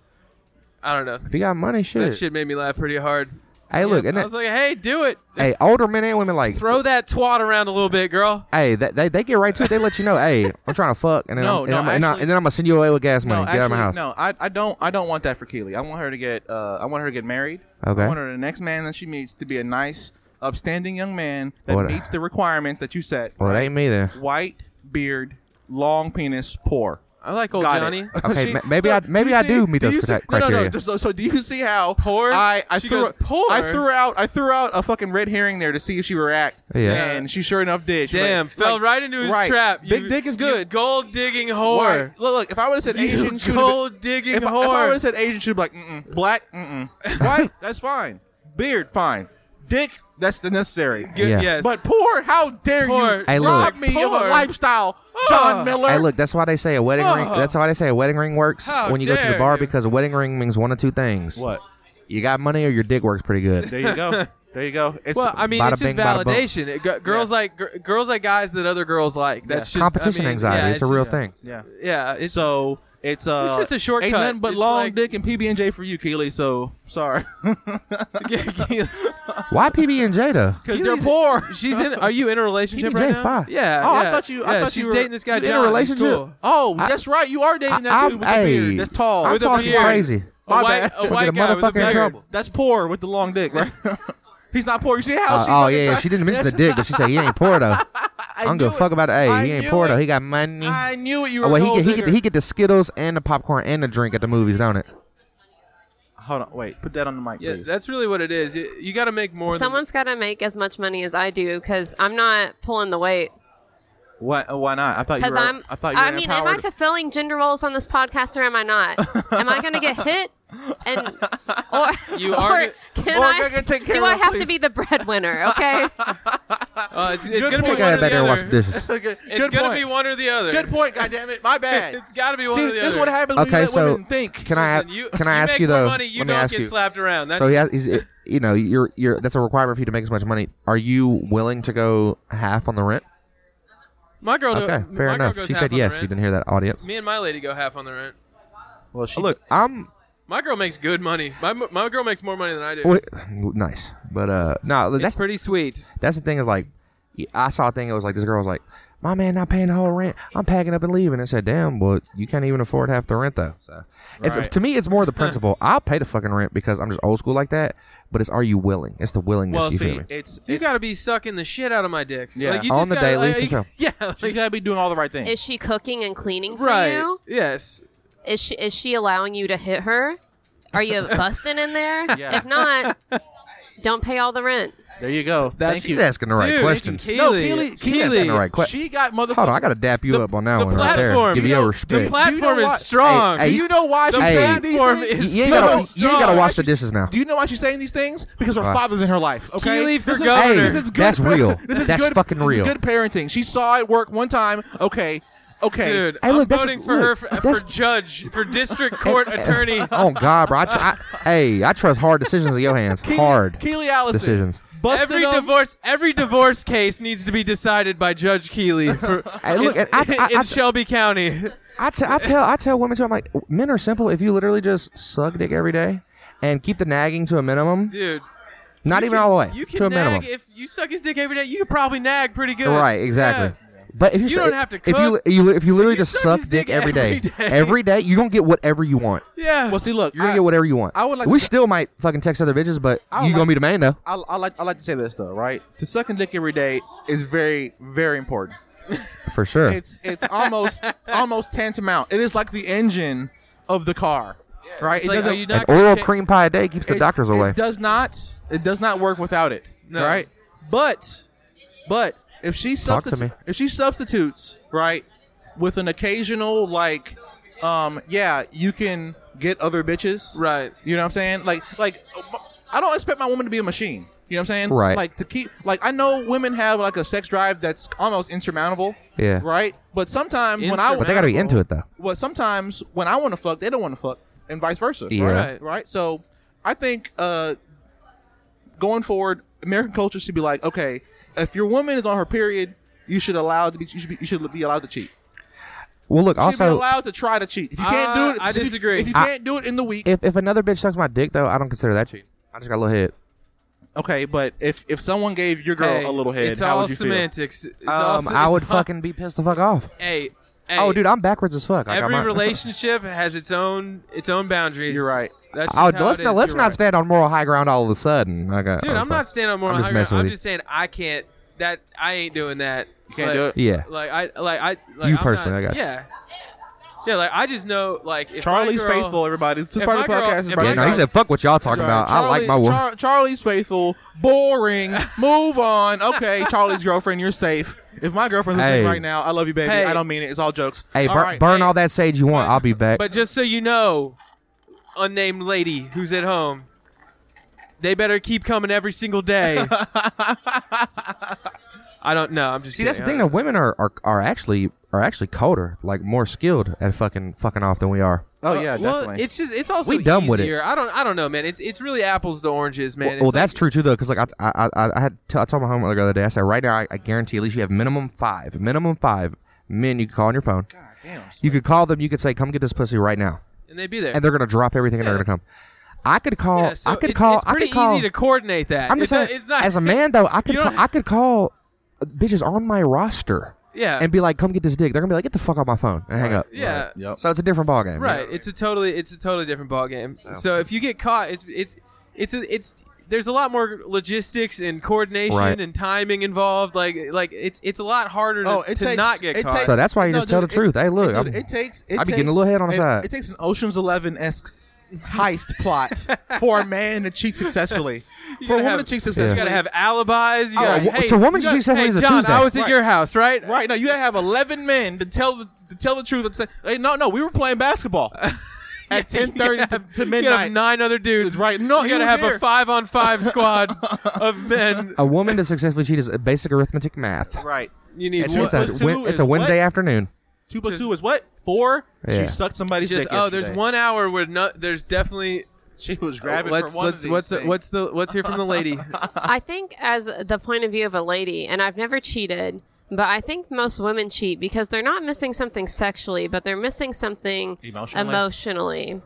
I don't know. if you got money, shit. That shit made me laugh pretty hard. Hey, look, I and was like, hey, do it. hey, older men and women like, Throw that twat around a little bit, girl. hey, that, they they get right to it. They let you know, hey, I'm trying to fuck, and then No, I'm, and, no, I'm, and, I, actually- and then I'm gonna send you away with gas money. No, get out of my house. actually, no. I, I don't I don't want that for Keely. I want her to get uh, I want her to get married. Okay. I want her the next man that she meets to be a nice, upstanding young man that What- meets the requirements that you set. Well, it ain't me then. White beard, long penis, poor. I like old Got it. Johnny. Okay, She- ma- maybe I- look, maybe you I see- do meet those you cri- see- No, no, criteria. no. So, so do you see how Poor? I I She threw goes, "Poor?" I threw out I threw out a fucking red herring there to see if she would react. Yeah. and she sure enough did. She was Damn, like- fell like, right into his right. trap. Big You- dick is you good. gold digging Right. whore. Look, look, if I would have said Asian, she You would've been- gold digging if I, whore. would have said Asian, she'd be like, mm-mm. black, mm-mm. white, that's fine. Beard, fine. Dick, that's the necessary. Good- Yeah. Yes. But poor, how dare Poor. you Hey, rob look. me of Poor. a lifestyle, Oh. John Miller? Hey, look, that's why they say a wedding ring. Oh. That's why they say a wedding ring works How when you go to the dare bar you. because a wedding ring means one of two things: What? you got money or your dick works pretty good. There you go. There you go. It's well, I mean, Bada it's just bing, bada boom. validation. It, g- girls like gr- girls like guys that other girls like. That's just Competition I mean, anxiety. Yeah, it's, a real just- thing. yeah. Yeah, it's So it's uh, It's just a shortcut. Ain't nothing but It's long like- dick and PB and J for you, Keely. So sorry, Why PB and J though? because they're poor. She's in. Are you in a relationship PBJ right now? five. Yeah. Oh, I yeah, thought you- I yeah, thought she's you were- dating this guy. in a John. He's relationship? cool. Oh, I- that's right. You are dating that I'm- dude with the hey, beard. That's tall. I'm with a talking beard. crazy. A My white, bad. a We'll white get a guy with a motherfucking beard. trouble. That's poor with the long dick, right? He's not poor. You see how Uh, she oh fucking yeah, yeah, tried- she didn't miss the dick, but she said he ain't poor though. I don't give knew a fuck it. about it. Hey, I he ain't knew poor though. it. He got money. I knew it. You were Oh, a well, he gold get he get digger. he get the Skittles and the popcorn and the drink at the movies, don't it? Hold on, wait. Put that on the mic, Yeah, please. that's really what it is. You, got to make more. Someone's got to make as much money as I do because I'm not pulling the weight. why? uh, Why not? I thought you Because were. I'm. I thought you were mean, am I empowered. fulfilling gender roles on this podcast or am I not? am I going to get hit? And or You or are- can Morgan, I? can take care do of I it, have please. to be the breadwinner? Okay. than, uh, it's it's Good going to be one or point. Take her back the there and wash other. the dishes. Okay, It's good gonna point. be one or the other. Good point. goddamn it. My bad. It's got to be one See, or the other. this is what happens when Okay, you let so women think. can I Listen, can I ask make you more though? Money, you let me don't ask get you. slapped around. That's so he has, he's, uh, you know, you're you're that's a requirement for you to make as much money. Are you willing to go half on the rent? my girl. do- Okay, fair my girl enough. goes She half said on the yes. rent. You didn't hear that, audience. Me and my lady go half on the rent. Well, she Look, I'm My girl makes good money. My my girl makes more money than I do. wait, nice, but uh, no, It's that's pretty sweet. that's the thing is like, I saw a thing. It was like this girl was like, my man not paying the whole rent. I'm packing up and leaving. I said, damn, well, you can't even afford half the rent though. So, it's Right. to me, it's more the principle. I'll pay the fucking rent because I'm just old school like that. But it's are you willing? It's the willingness. Well, you see, feel me? it's You it's- gotta be sucking the shit out of my dick. Yeah. like, you On just the gotta, daily, like, for sure. yeah, like- She's got to be doing all the right things. is she cooking and cleaning for right. you? Yes, Is she is she allowing you to hit her? Are you busting in there? Yeah. If not, don't pay all the rent. There you go. That's- Thank you. She's asking the right Dude, questions. Keely, No, Keely, She's asking the right questions. She got motherfucking. Hold on, I gotta dap you The- up on that the one right there. platform. Give you You your know, respect. The platform You know is what? strong. Hey, Do you know why she's Hey. saying these Platform things? is You ain't so gotta- you strong. ain't gotta watch the She's- dishes now. Do you know why she's saying these things? Because her Why? father's in her life. Okay, Keely for this is, governor. This is good That's par- real. This is That's good, fucking this is real. good parenting. She saw it work one time. Okay, okay. Dude, Hey, I'm look, that's- voting for her look, for, that's- for judge, for district court attorney. oh God, bro! I, tr- I, hey, I trust hard decisions in your hands. Keely, hard. Keely Allison. decisions. Busted Every up. divorce, every divorce case needs to be decided by Judge Keeley for, Hey, look, in, and I- I- in I- Shelby County. I, t- I tell I tell women too. I'm like, men are simple. If you literally just suck dick every day and keep the nagging to a minimum, Dude, not even all the way you to a can minimum. nag if you suck his dick every day. You could probably nag pretty good. right? Exactly. Yeah. But if you, You don't have to if you, cook. you li- if you literally You just suck suck his dick, dick every day, every day. every day, you're gonna get whatever you want. Yeah. Well, see, look, You're gonna I- get whatever you want. I would like we to- still might fucking text other bitches, but I would you gonna like- be the man though. I, I like I like to say this though, right? To sucking dick every day is very very important. For sure. It's it's almost almost tantamount. It is like the engine of the car, right? It's like, are you An not gonna oral cha- cream pie a day keeps the it- doctors away. It does not. It does not work without it. No. Right. But, but if she Talk to substitutes, me. if she substitutes, right, with an occasional like, um, yeah, you can get other bitches. Right. You know what I'm saying? Like, like, uh, I don't expect my woman to be a machine. You know what I'm saying? Right. Like to keep, like I know women have like a sex drive that's almost insurmountable. Yeah. Right. But sometimes when I, Insurmountable. But they gotta be into it though. well, sometimes when I want to fuck, they don't want to fuck, and vice versa. Yeah. Right. Right. So I think uh, going forward, American culture should be like, okay, if your woman is on her period, you should allow to be, you should be, you should be allowed to cheat. Well, look. You should be Also, allowed to try to cheat. If you can't Uh, do it, I if you- disagree. If you I- can't do it in the week, if if another bitch sucks my dick though, I don't consider that cheating. I just got a little head. Okay, but if if someone gave your girl Hey, a little head, It's how all would you semantics. It's all, Um, se- I it's would all- fucking be pissed the fuck off. Hey, hey, Oh, dude, I'm backwards as fuck. Like, every I'm- relationship has its own its own boundaries. You're right. That's Oh, just how let's it not is. let's You're not right. stand on moral high ground all of a sudden. uh, oh, I got- Dude, I'm not standing up more. I'm I'm just just, messing with I'm you. just saying I can't. That I ain't doing that. You can't like, do it? Yeah. Like I like I like I'm You personally, not- I got you. Yeah. Yeah, like I just know like if feel? Charlie's my girl, faithful. Everybody, this if part my of the girl- podcast is if about my Yeah, no, he girl- said, "Fuck what y'all talking about." I like my Charlie- woman. Char- Charlie's faithful. Boring. Move on. Okay, Charlie's girlfriend, you're safe. If my girlfriend's listening Hey. right now, I love you, baby. Hey. I don't mean it. It's all jokes. hey, All bur- right. burn all that sage you want. I'll be back. But just so you know, unnamed lady who's at home, they better keep coming every single day. I don't know. I'm just See, that's the kidding. thing. Though women are, are are actually are actually colder, like more skilled at fucking fucking off than we are. Oh yeah, well, definitely. it's just it's also We dumb with it. easier. I don't I don't know, man. It's it's really apples to oranges, man. well, It's like- that's true too, though, because like I I I, I had t- I told my homework the other day. I said right now I, I guarantee at least you have minimum five, minimum five men you could call on your phone. Damn. You could call them. You could say, "Come get this pussy right now," and they'd be there. and they're gonna drop everything and they're gonna come. I could call. Yeah, so I could it's, call. It's I pretty could call. easy to coordinate that. I'm just It do- saying, it's not as a man though, I could You call, don't- I could call bitches on my roster, Yeah. and be like, "Come get this dick." They're gonna be like, "Get the fuck off my phone," and hang up. yeah. Yep. So it's a different ballgame. Right. It's a totally it's a totally different ballgame. So. if you get caught, it's it's it's a, it's there's a lot more logistics and coordination Right. and timing involved. Like like it's it's a lot harder to, Oh, it to takes, not get it caught. Takes, So that's why you just tell the truth. Hey, look, it, I'm- dude, it takes. It I be takes, getting a little head on the it, side. It takes an Ocean's Eleven esque heist plot for a man to cheat successfully. You for gotta a woman have- to cheat You successfully, gotta have alibis. You Oh, gotta, w- hey, to women you gotta- successfully hey, is a John, Tuesday. I was at Right. your house, right? Right. No, you gotta have eleven men to tell the to tell the truth. And say, hey, no, no, we were playing basketball at ten You thirty gotta to, have- to You gotta midnight. have nine other dudes. right. No, You he gotta was have here. a five on five squad of men. A woman to successfully cheat is basic arithmetic math. Right. You need It's, one- it's a, plus two Wed- it's a is Wednesday what? afternoon. Two plus Just- two is what? Four. Yeah. She sucked somebody's just dick. oh, there's yesterday. one hour where no, there's definitely She was grabbing let's for one let's of these what's things. what's the let's hear from the lady. I think, as the point of view of a lady, and I've never cheated, but I think most women cheat because they're not missing something sexually, but they're missing something Emotionally? emotionally.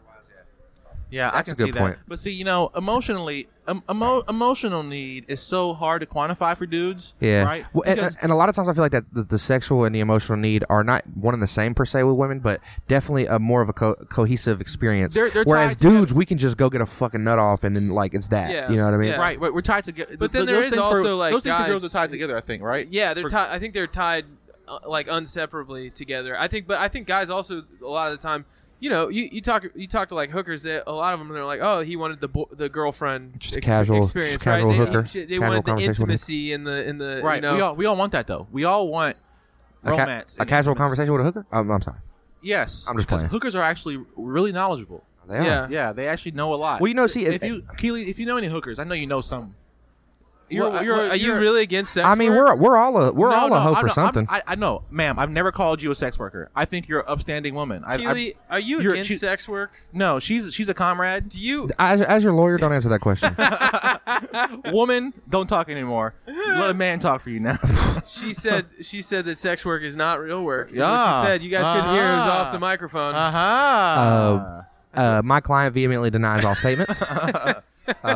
Yeah, I That's can a good see point. that. But see, you know, emotionally, um, emo- emotional need is so hard to quantify for dudes. Yeah. Right. Well, and, uh, Because- and a lot of times I feel like that the, the sexual and the emotional need are not one and the same per se with women, but definitely a more of a co- cohesive experience. They're- they're Whereas tied together. dudes, we can just go get a fucking nut off and then like it's that. Yeah. You know what I mean? Yeah. Right, right, we're tied together. But then those there is things for- also, like, those things for guys- girls are tied together. I think, right? Yeah, they're For- tied. I think they're tied uh, like unseparably together. I think, but I think guys also a lot of the time, you know, you, you talk you talk to like hookers. That a lot of them they're like, oh, he wanted the bo- the girlfriend Just casual- just experience, casual right? They- hooker, They, casual wanted the conversation with him. intimacy and the and the Right. You know, We all we all want that though. We all want A, ca- romance. a and casual intimacy. conversation with a hooker? Um, I'm sorry. Yes. I'm just because playing. Hookers are actually really knowledgeable. They are. Yeah. Yeah, they actually know a lot. Well, you know, see, if it- you Keely, if you know any hookers, I know you know some. You're, Well, you're, are are you you're- really against sex? I mean, work? we're we're all a we're all a hoe I for know, something. I'm, I, I know, ma'am. I've never called you a sex worker. I think you're an upstanding woman. I, Keely, I, are you you're- against she- sex work? no, she's she's a comrade. Do you? as, as your lawyer, don't answer that question. Woman, don't talk anymore. Let a man talk for you now. She said she said that sex work is not real work. Is what Yeah. she said you guys couldn't hear. It was Ah. off the microphone. uh-huh. Uh, uh, my client vehemently denies all statements. Uh,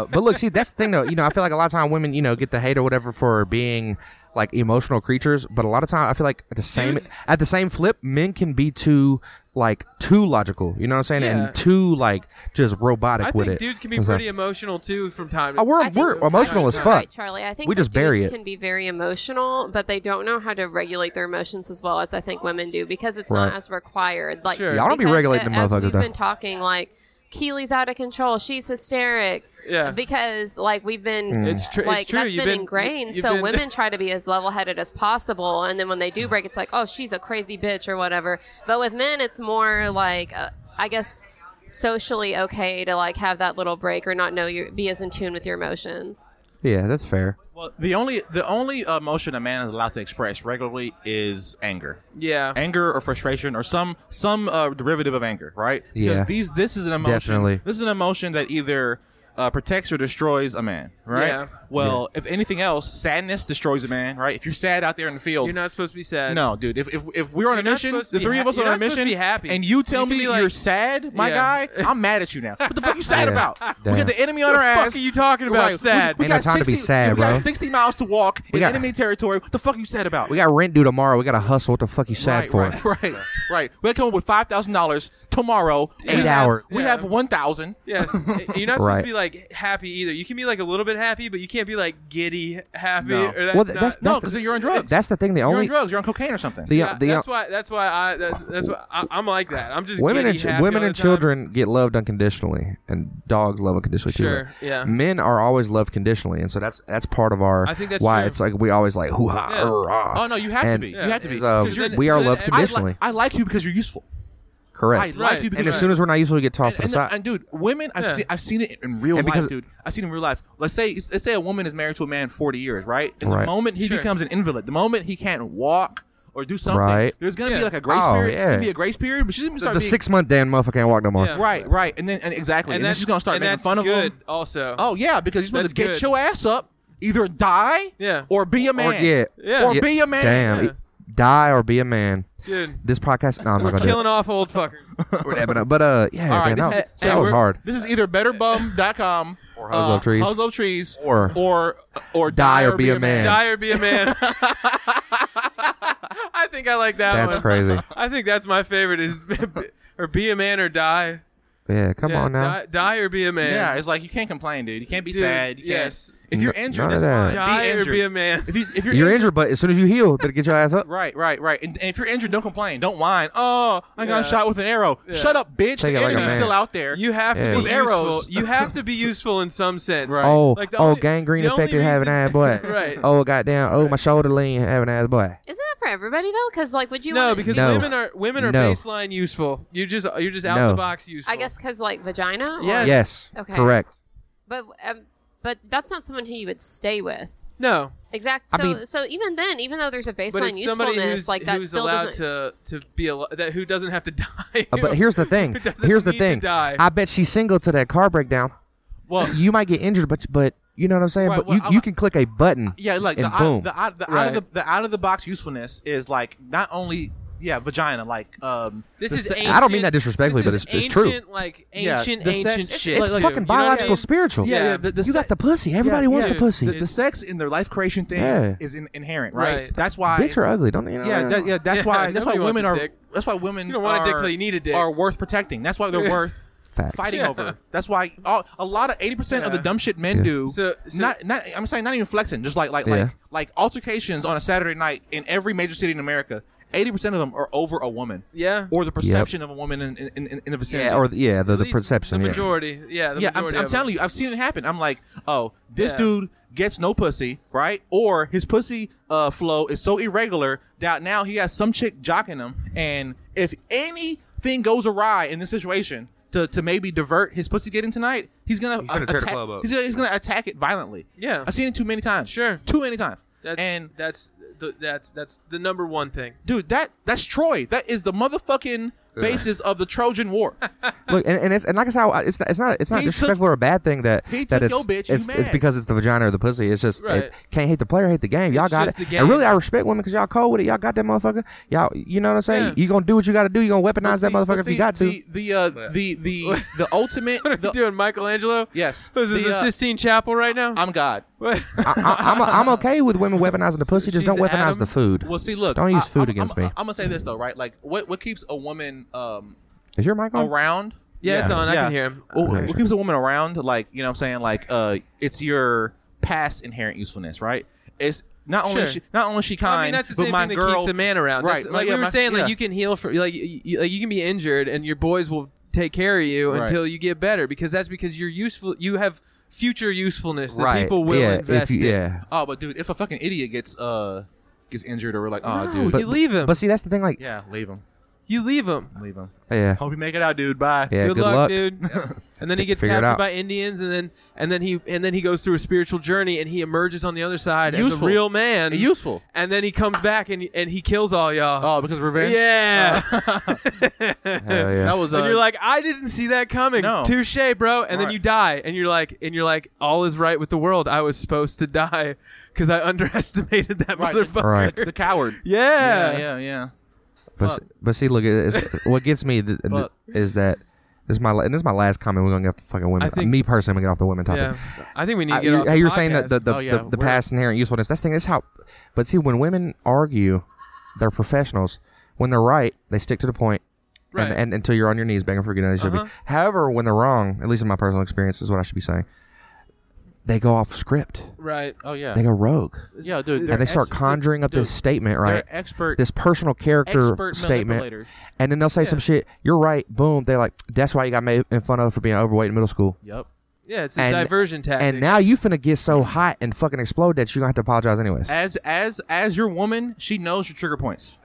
but look, see, that's the thing, though. You know, I feel like a lot of time women, you know, get the hate or whatever for being like emotional creatures. But a lot of time, I feel like at the same Dudes- at the same flip, men can be too like too logical. You know what I'm saying? Yeah. And too like just robotic I with think it. dudes can be And so- pretty emotional too from time. to Oh, we're I think- we're emotional I as think fuck. you're right, Charlie. I think We that just bury dudes it. Can be very emotional, but they don't know how to regulate their emotions as well as I think women do because it's Right. not as required. Like Sure. Yeah, I don't be because regulating a- them as motherfuckers, We've though. been talking like Keely's out of control. She's hysteric. Yeah. Because like we've been. Mm. It's, tr- Like it's true. that's You've been, been ingrained, you've so been- women try to be as level-headed as possible, and then when they do break, it's like, oh, she's a crazy bitch or whatever. But with men, it's more like, uh, I guess, socially okay to like have that little break or not know you be as in tune with your emotions. Yeah, that's fair. Well, the only the only emotion a man is allowed to express regularly is anger. Yeah. anger or frustration or some some uh, derivative of anger, right? Yeah. Because these this is an emotion. Definitely. This is an emotion that either uh, protects or destroys a man, right? Yeah. Well, if anything else, sadness destroys a man, right? If you're sad out there in the field, You're not supposed to be sad. no, dude. If, if, if we're You're on a not mission, supposed to the be three of ha- us you're on a not supposed to mission, be happy. and you You tell can me be like- you're sad, my Yeah. guy, I'm mad at you now. What the fuck you sad Yeah. about? We Damn. got the enemy on What our the ass. fuck are you talking about? Right. We- Sad. We, Ain't got no time to be 60 sad, We got bro. 60 miles to walk in got- enemy territory. What the fuck you sad about? We got rent due tomorrow. We got to hustle. What the fuck you sad right, for? right, right, right. We come up with five thousand dollars tomorrow. Eight We have- hours. We Yeah. have one thousand. Yes, you're not supposed to Right. be like happy either. You can be like a little bit happy, but you can't be like giddy happy. No. Or that's Well, not, th- that's- No, the- because you're on drugs. That's the thing. The you're only on drugs. You're on cocaine or something. the, uh, Yeah, the that's why. That's why I. That's, that's why I, I'm like that. I'm just women and giddy, ch- happy women all and the time. children get loved unconditionally, and dogs love unconditionally Sure, too. right? yeah. Men are always loved conditionally, and so that's that's part of our I think that's why true. it's like we always like hoo ha. Yeah. Oh no, you have And- to be. You have to be. is, um, 'Cause you're- we so are then- loved and I like- I like, conditionally. I like you because you're useful. Correct. I like you because and you're as soon as we're not useful, we get tossed and, and, to the side. and dude, women, I've, Yeah. seen, I've seen it in real life, And because- dude. I've seen it in real life. Let's say let's say a woman is married to a man 40 years, right? And the Right. moment he Sure. becomes an invalid, the moment he can't walk or do something, Right. there's gonna Yeah. be like a grace Oh, period. yeah. There'll be a grace period, but she's gonna the start being, six month damn motherfucker can't walk no more. Yeah. right, right, and then and exactly, and, then that's- she's gonna start and making that's fun of good him. Also. Oh yeah, because you're supposed That's to get good. your ass up, either die, Yeah. or be a man, Or yeah, Yeah. or Yeah. be a man. Damn, Yeah. die or be a man. dude, This podcast, no, I'm not gonna do killing it. off old fuckers. We're dabbing up. But uh, yeah, All right, man, this that, is- that hey, was we're- hard. This is either betterbum.com or Hose Love Trees. Hose Love Trees Or- or or Die or be a man. Die or be a man. I think I like that That's one. crazy. I think that's my favorite is or be a man or die. Yeah, come Yeah, on now. Die, die or be a man. Yeah, it's like you can't complain, dude. You can't be Dude, sad. You can't- yes. If you're N- injured, none of that's fine. that. die be or injured. be a man. If you if you're, You're injured, injured, but as soon as you heal, better get your ass up. right, right, right. And, and if you're injured, don't complain. Don't whine. Oh, I got Yeah. shot with an arrow. Shut up, bitch. Take the it like a enemy's man. still out there. You have Yeah. to be With arrows. useful. You have to be useful in some sense. Right. Oh, Like, the oh, only- gangrene the only affected having reason- ass boy. Right. Oh, goddamn. Oh, my shoulder lean having ass boy. Isn't that for everybody though? Because like, would you? No, wanna- because No. women are women are No. baseline useful. You just you're just out No. the box useful. I guess because like vagina. or- Yes. Yes. Okay. Correct. But um, but that's not someone who you would stay with. no, Exactly. I So mean- so even then, even though there's a but baseline it's somebody usefulness, who's like that who's still allowed doesn't. to to be al- that who doesn't have to die. Uh, but here's the thing. Who doesn't Here's the need to thing. die. I bet she's single to that car breakdown. well, You might get injured, but but you know what I'm saying. Right, but well, you, I- you can click a button. yeah, like and the, boom. out, the, out, the, out of the, the out of the box usefulness is like not only yeah vagina like um this the is se- ancient, I don't mean that disrespectfully, this but is it's- it's ancient, Like Yeah, ancient, the sex- ancient it's- shit. it's like- too. fucking You know what I biological, mean? spiritual. yeah, Yeah. yeah, the, the you se- got the pussy. Everybody wants yeah. the pussy. the, the sex in their life creation thing Yeah. is in, inherent, right? Right. That's why Dicks are ugly, don't they? You know, Yeah, uh, that, yeah, that's Yeah, why. That's why nobody wants women a are. dick. That's why women. You don't want a are, dick till you need a dick. Are worth protecting. That's why they're worth Facts. fighting Yeah. over. That's why all, a lot of eighty percent of the Yeah. dumb shit men Yeah. do. So- so- not, not. I'm saying not even flexing. Just like, like, Yeah. like, like altercations on a Saturday night in every major city in America. Eighty percent of them are over a woman. Yeah. Or the perception of a woman in in, in, in the vicinity. yeah, or the, yeah, the, At the least perception. The yeah. majority. Yeah. The yeah, I'm, Majority I'm of telling them. you, I've seen it happen. I'm like, oh, this Yeah. dude gets no pussy, right? Or his pussy uh, flow is so irregular that now he has some chick jocking him, and if anything goes awry in this situation to, to maybe divert his pussy getting tonight, he's gonna He's gonna tear the attack- club up. He's gonna, he's gonna attack it violently. Yeah. I've seen it too many times. Sure. too many times. That's and that's the, that's that's the number one thing. dude, that that's Troy. That is the motherfucking basis of the Trojan War. Look, and, and it's and like I said, I- it's not it's not it's not He took- disrespectful or a bad thing that He that took it's your bitch, you it's, mad. it's because it's the vagina or the pussy. It's just Right. it, can't hate the player, hate the game. Y'all It's got just it. the And really, game. I respect women because y'all cold with it. Y'all got that motherfucker. Y'all, you know what I'm saying? Yeah. You gonna do what you got to do. You gonna But weaponize that see- but motherfucker if see, you got to. The the uh, the the the ultimate. What are the- you doing, Michelangelo? Yes. What Is this The, the uh, Sistine Chapel right now? I'm God. What? I, I, I'm I'm okay with women weaponizing the pussy. she's Just don't weaponize Adam? the food. Well, see, look, don't use I- food I'm- against I'm, me. I'm gonna say this though, right? Like, what what keeps a woman um Is your mic on? around? Yeah, it's on. I can hear him. Well, Okay. What keeps a woman around? Like, you know, what I'm saying, like, uh, it's your past inherent usefulness, right? It's not only Sure. she, not only she kind, I mean, that's the but same my thing girl that keeps a man around. right? That's- no, like yeah, we were my- saying, yeah. like you can heal for like you, you- like you can be injured and your boys will take care of you Right. until you get better because that's because you're useful. You have future usefulness that Right. people will yeah. invest if you, in. yeah. Oh, but dude, if a fucking idiot gets uh gets injured or like, oh, No, dude, you leave him. But see, that's the thing. Like, yeah, leave him. You leave him. Leave him. Yeah. Hope you make it out, dude. Bye. Yeah. good, good luck, luck. dude. and then he gets Figure it captured out. by Indians, and then and then he and then he goes through a spiritual journey, and he emerges on the other side as a Useful. real man. Useful. And then he comes back and and he kills all y'all. Oh, because revenge. yeah. Oh, Hell yeah. That was. Uh, and you're like, I didn't see that coming. No. Touche, bro. And then Right. you die, and you're like, and you're like, all is right with the world. I was supposed to die because I underestimated that Right. motherfucker. Right. the coward. Yeah. Yeah. Yeah. yeah. But, Fuck. s- but see, look, it- it's, what gets me th- th- Fuck. is that this is my la- and this is my last comment. We're gonna get off the fucking women. I think- me personally, I'm gonna get off the women topic. Yeah. I think we need I- to get you're, off. the hey, you're uh, saying that podcast. the the, Oh, yeah, the, we're- the past inherent usefulness. That's the thing. That's how. But see, when women argue, they're professionals. When they're right, they stick to the point, Right. and, and until you're on your knees begging for forgiveness. should be. Uh-huh. However, when they're wrong, at least in my personal experience, is what I should be saying. They go off script. right. Oh yeah. They go rogue, yeah, dude. and they they're start ex- conjuring up this dude, statement, they're right? expert- this personal character expert statement, manipulators. and then they'll say some shit. You're right. Boom. They're like, that's why you got made fun of for being overweight in middle school. Yep. Yeah, it's a diversion tactic. And now you finna get so hot and fucking explode that you're gonna have to apologize anyways. As as as your woman, she knows your trigger points.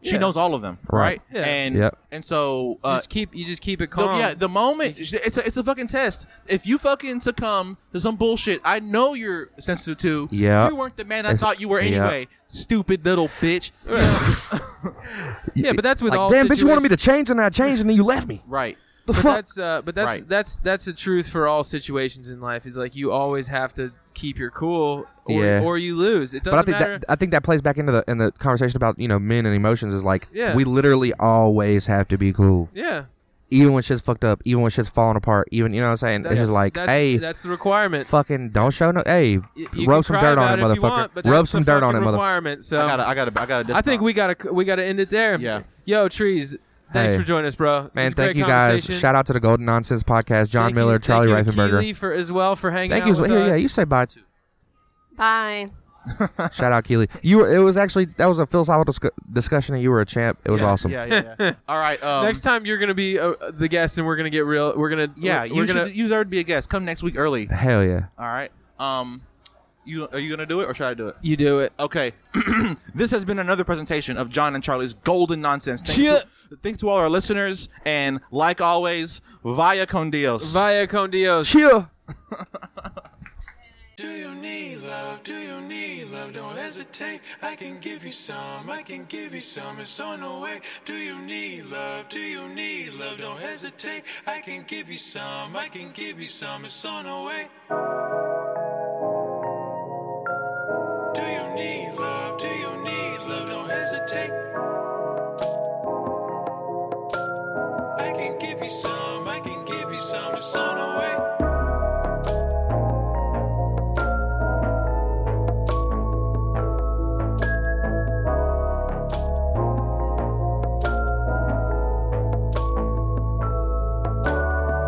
She Yeah. knows all of them, Right. right? Yeah. And Yep. and so you uh, just keep you just keep it the- calm. yeah, the moment it's a, it's a fucking test. If you fucking succumb to some bullshit, I know you're sensitive to. Yep. you weren't the man I It's- thought you were yep. anyway. Stupid little bitch. yeah, but that's with like, all. damn, bitch, you wanted me situations. to change and I changed and then you left me. Right. The But fuck? that's uh, but that's Right. that's that's the truth for all situations in life. Is like you always have to keep your cool, or, Yeah. or you lose. It doesn't but I think matter. that I think that plays back into the in the conversation about you know men and emotions is like Yeah. we literally always have to be cool, yeah, even when shit's fucked up, even when shit's falling apart, even you know what I'm saying. that's, It's just like that's, hey, that's the requirement. fucking don't show no hey, Y- you can rub some cry dirt on about it, if you motherfucker. want, but rub that's some the dirt on it, fucking motherfucker. Requirement. So I gotta I gotta I gotta. Um, I think we gotta we gotta end it there. Yeah. Yo, trees. Thanks Hey. for joining us, bro. This Man, is a great thank you guys. conversation. Shout out to the Golden Nonsense Podcast, John Thank you- Miller, thank Charlie you, Reifenberger. Keely, for as well for hanging Thank out you. with yeah, yeah, us. you say bye too. Bye. Shout out Keely. You were, it was actually that was a philosophical discu- discussion and you were a champ. It was awesome. Yeah, yeah, yeah. all right. Um, Next time you're gonna be uh, the guest, and we're gonna get real. We're gonna Yeah, we're you gonna should you deserve to be a guest. Come next week early. Hell yeah. All right. Um, you are you gonna do it or should I do it? you do it. Okay. this has been another presentation of John and Charlie's Golden Nonsense. Thank Cheer. to, thank to all our listeners, and like always, via con Dios. Vaya con Dios. Chill. Do you need love? Do you need love? Don't hesitate. I can give you some. I can give you some. It's on the way. Do you need love? Do you need love? Don't hesitate. I can give you some. I can give you some. It's on the way. Do you need love? Do you need love? Don't hesitate. I can give you some. I can give you some. It's on the way.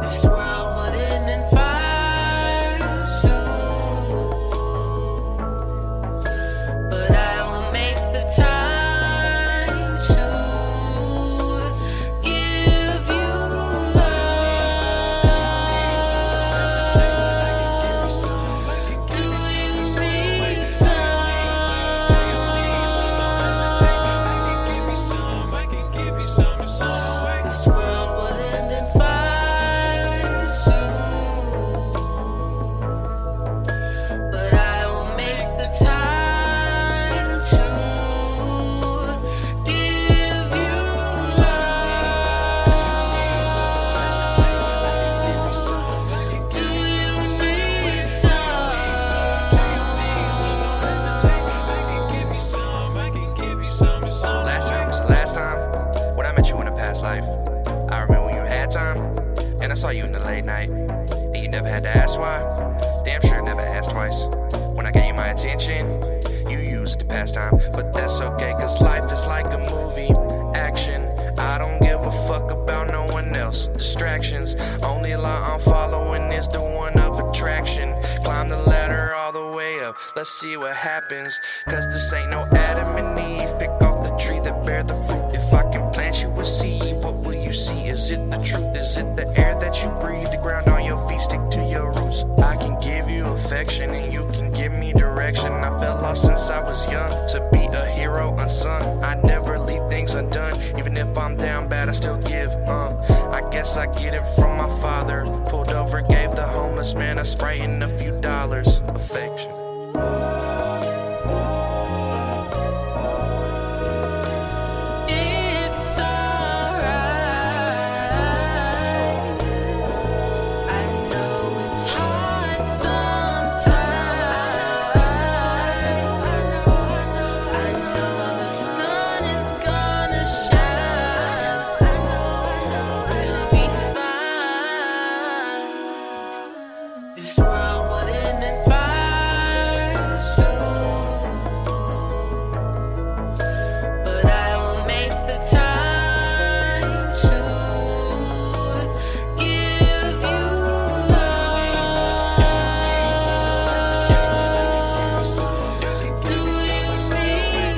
This world would end in fire soon, but I will make the time to give you love. Do you need some? some, I can give you some, it's all right. This world will end in fire soon. But I will make the time to give you love. Do you need some? I can give you some, it's all Last time was the last time when I met you in a past life. I remember when you had time, and I saw you in the late night. And you never had to ask why. Damn sure I never asked twice. When I gave you my attention, you used it to pass time. But that's okay, cause life is like a movie. Action. I don't give a fuck about no one else. Distractions. Only law I'm following is the one of attraction. Climb the ladder all the way up. Let's see what happens. Cause this ain't no Adam and Eve. Pick off the tree that bear the fruit. If I can plant you a seed, what will you see? Is it the truth? Is it the air that you breathe? The ground on your feet, stick to your roots. I can give you affection and you can give me direction. I felt lost since I was young. To be a hero unsung, I never leave things things undone. Even if I'm down bad, I still give. Um, I guess I get it from my father. Pulled over, gave the homeless man a sprite and a few dollars. Affection. This world would end in fire soon, but I will make the time to give you love. Do you need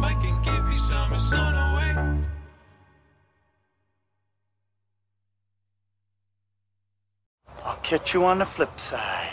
It's on the way. I'll catch you on the flip side.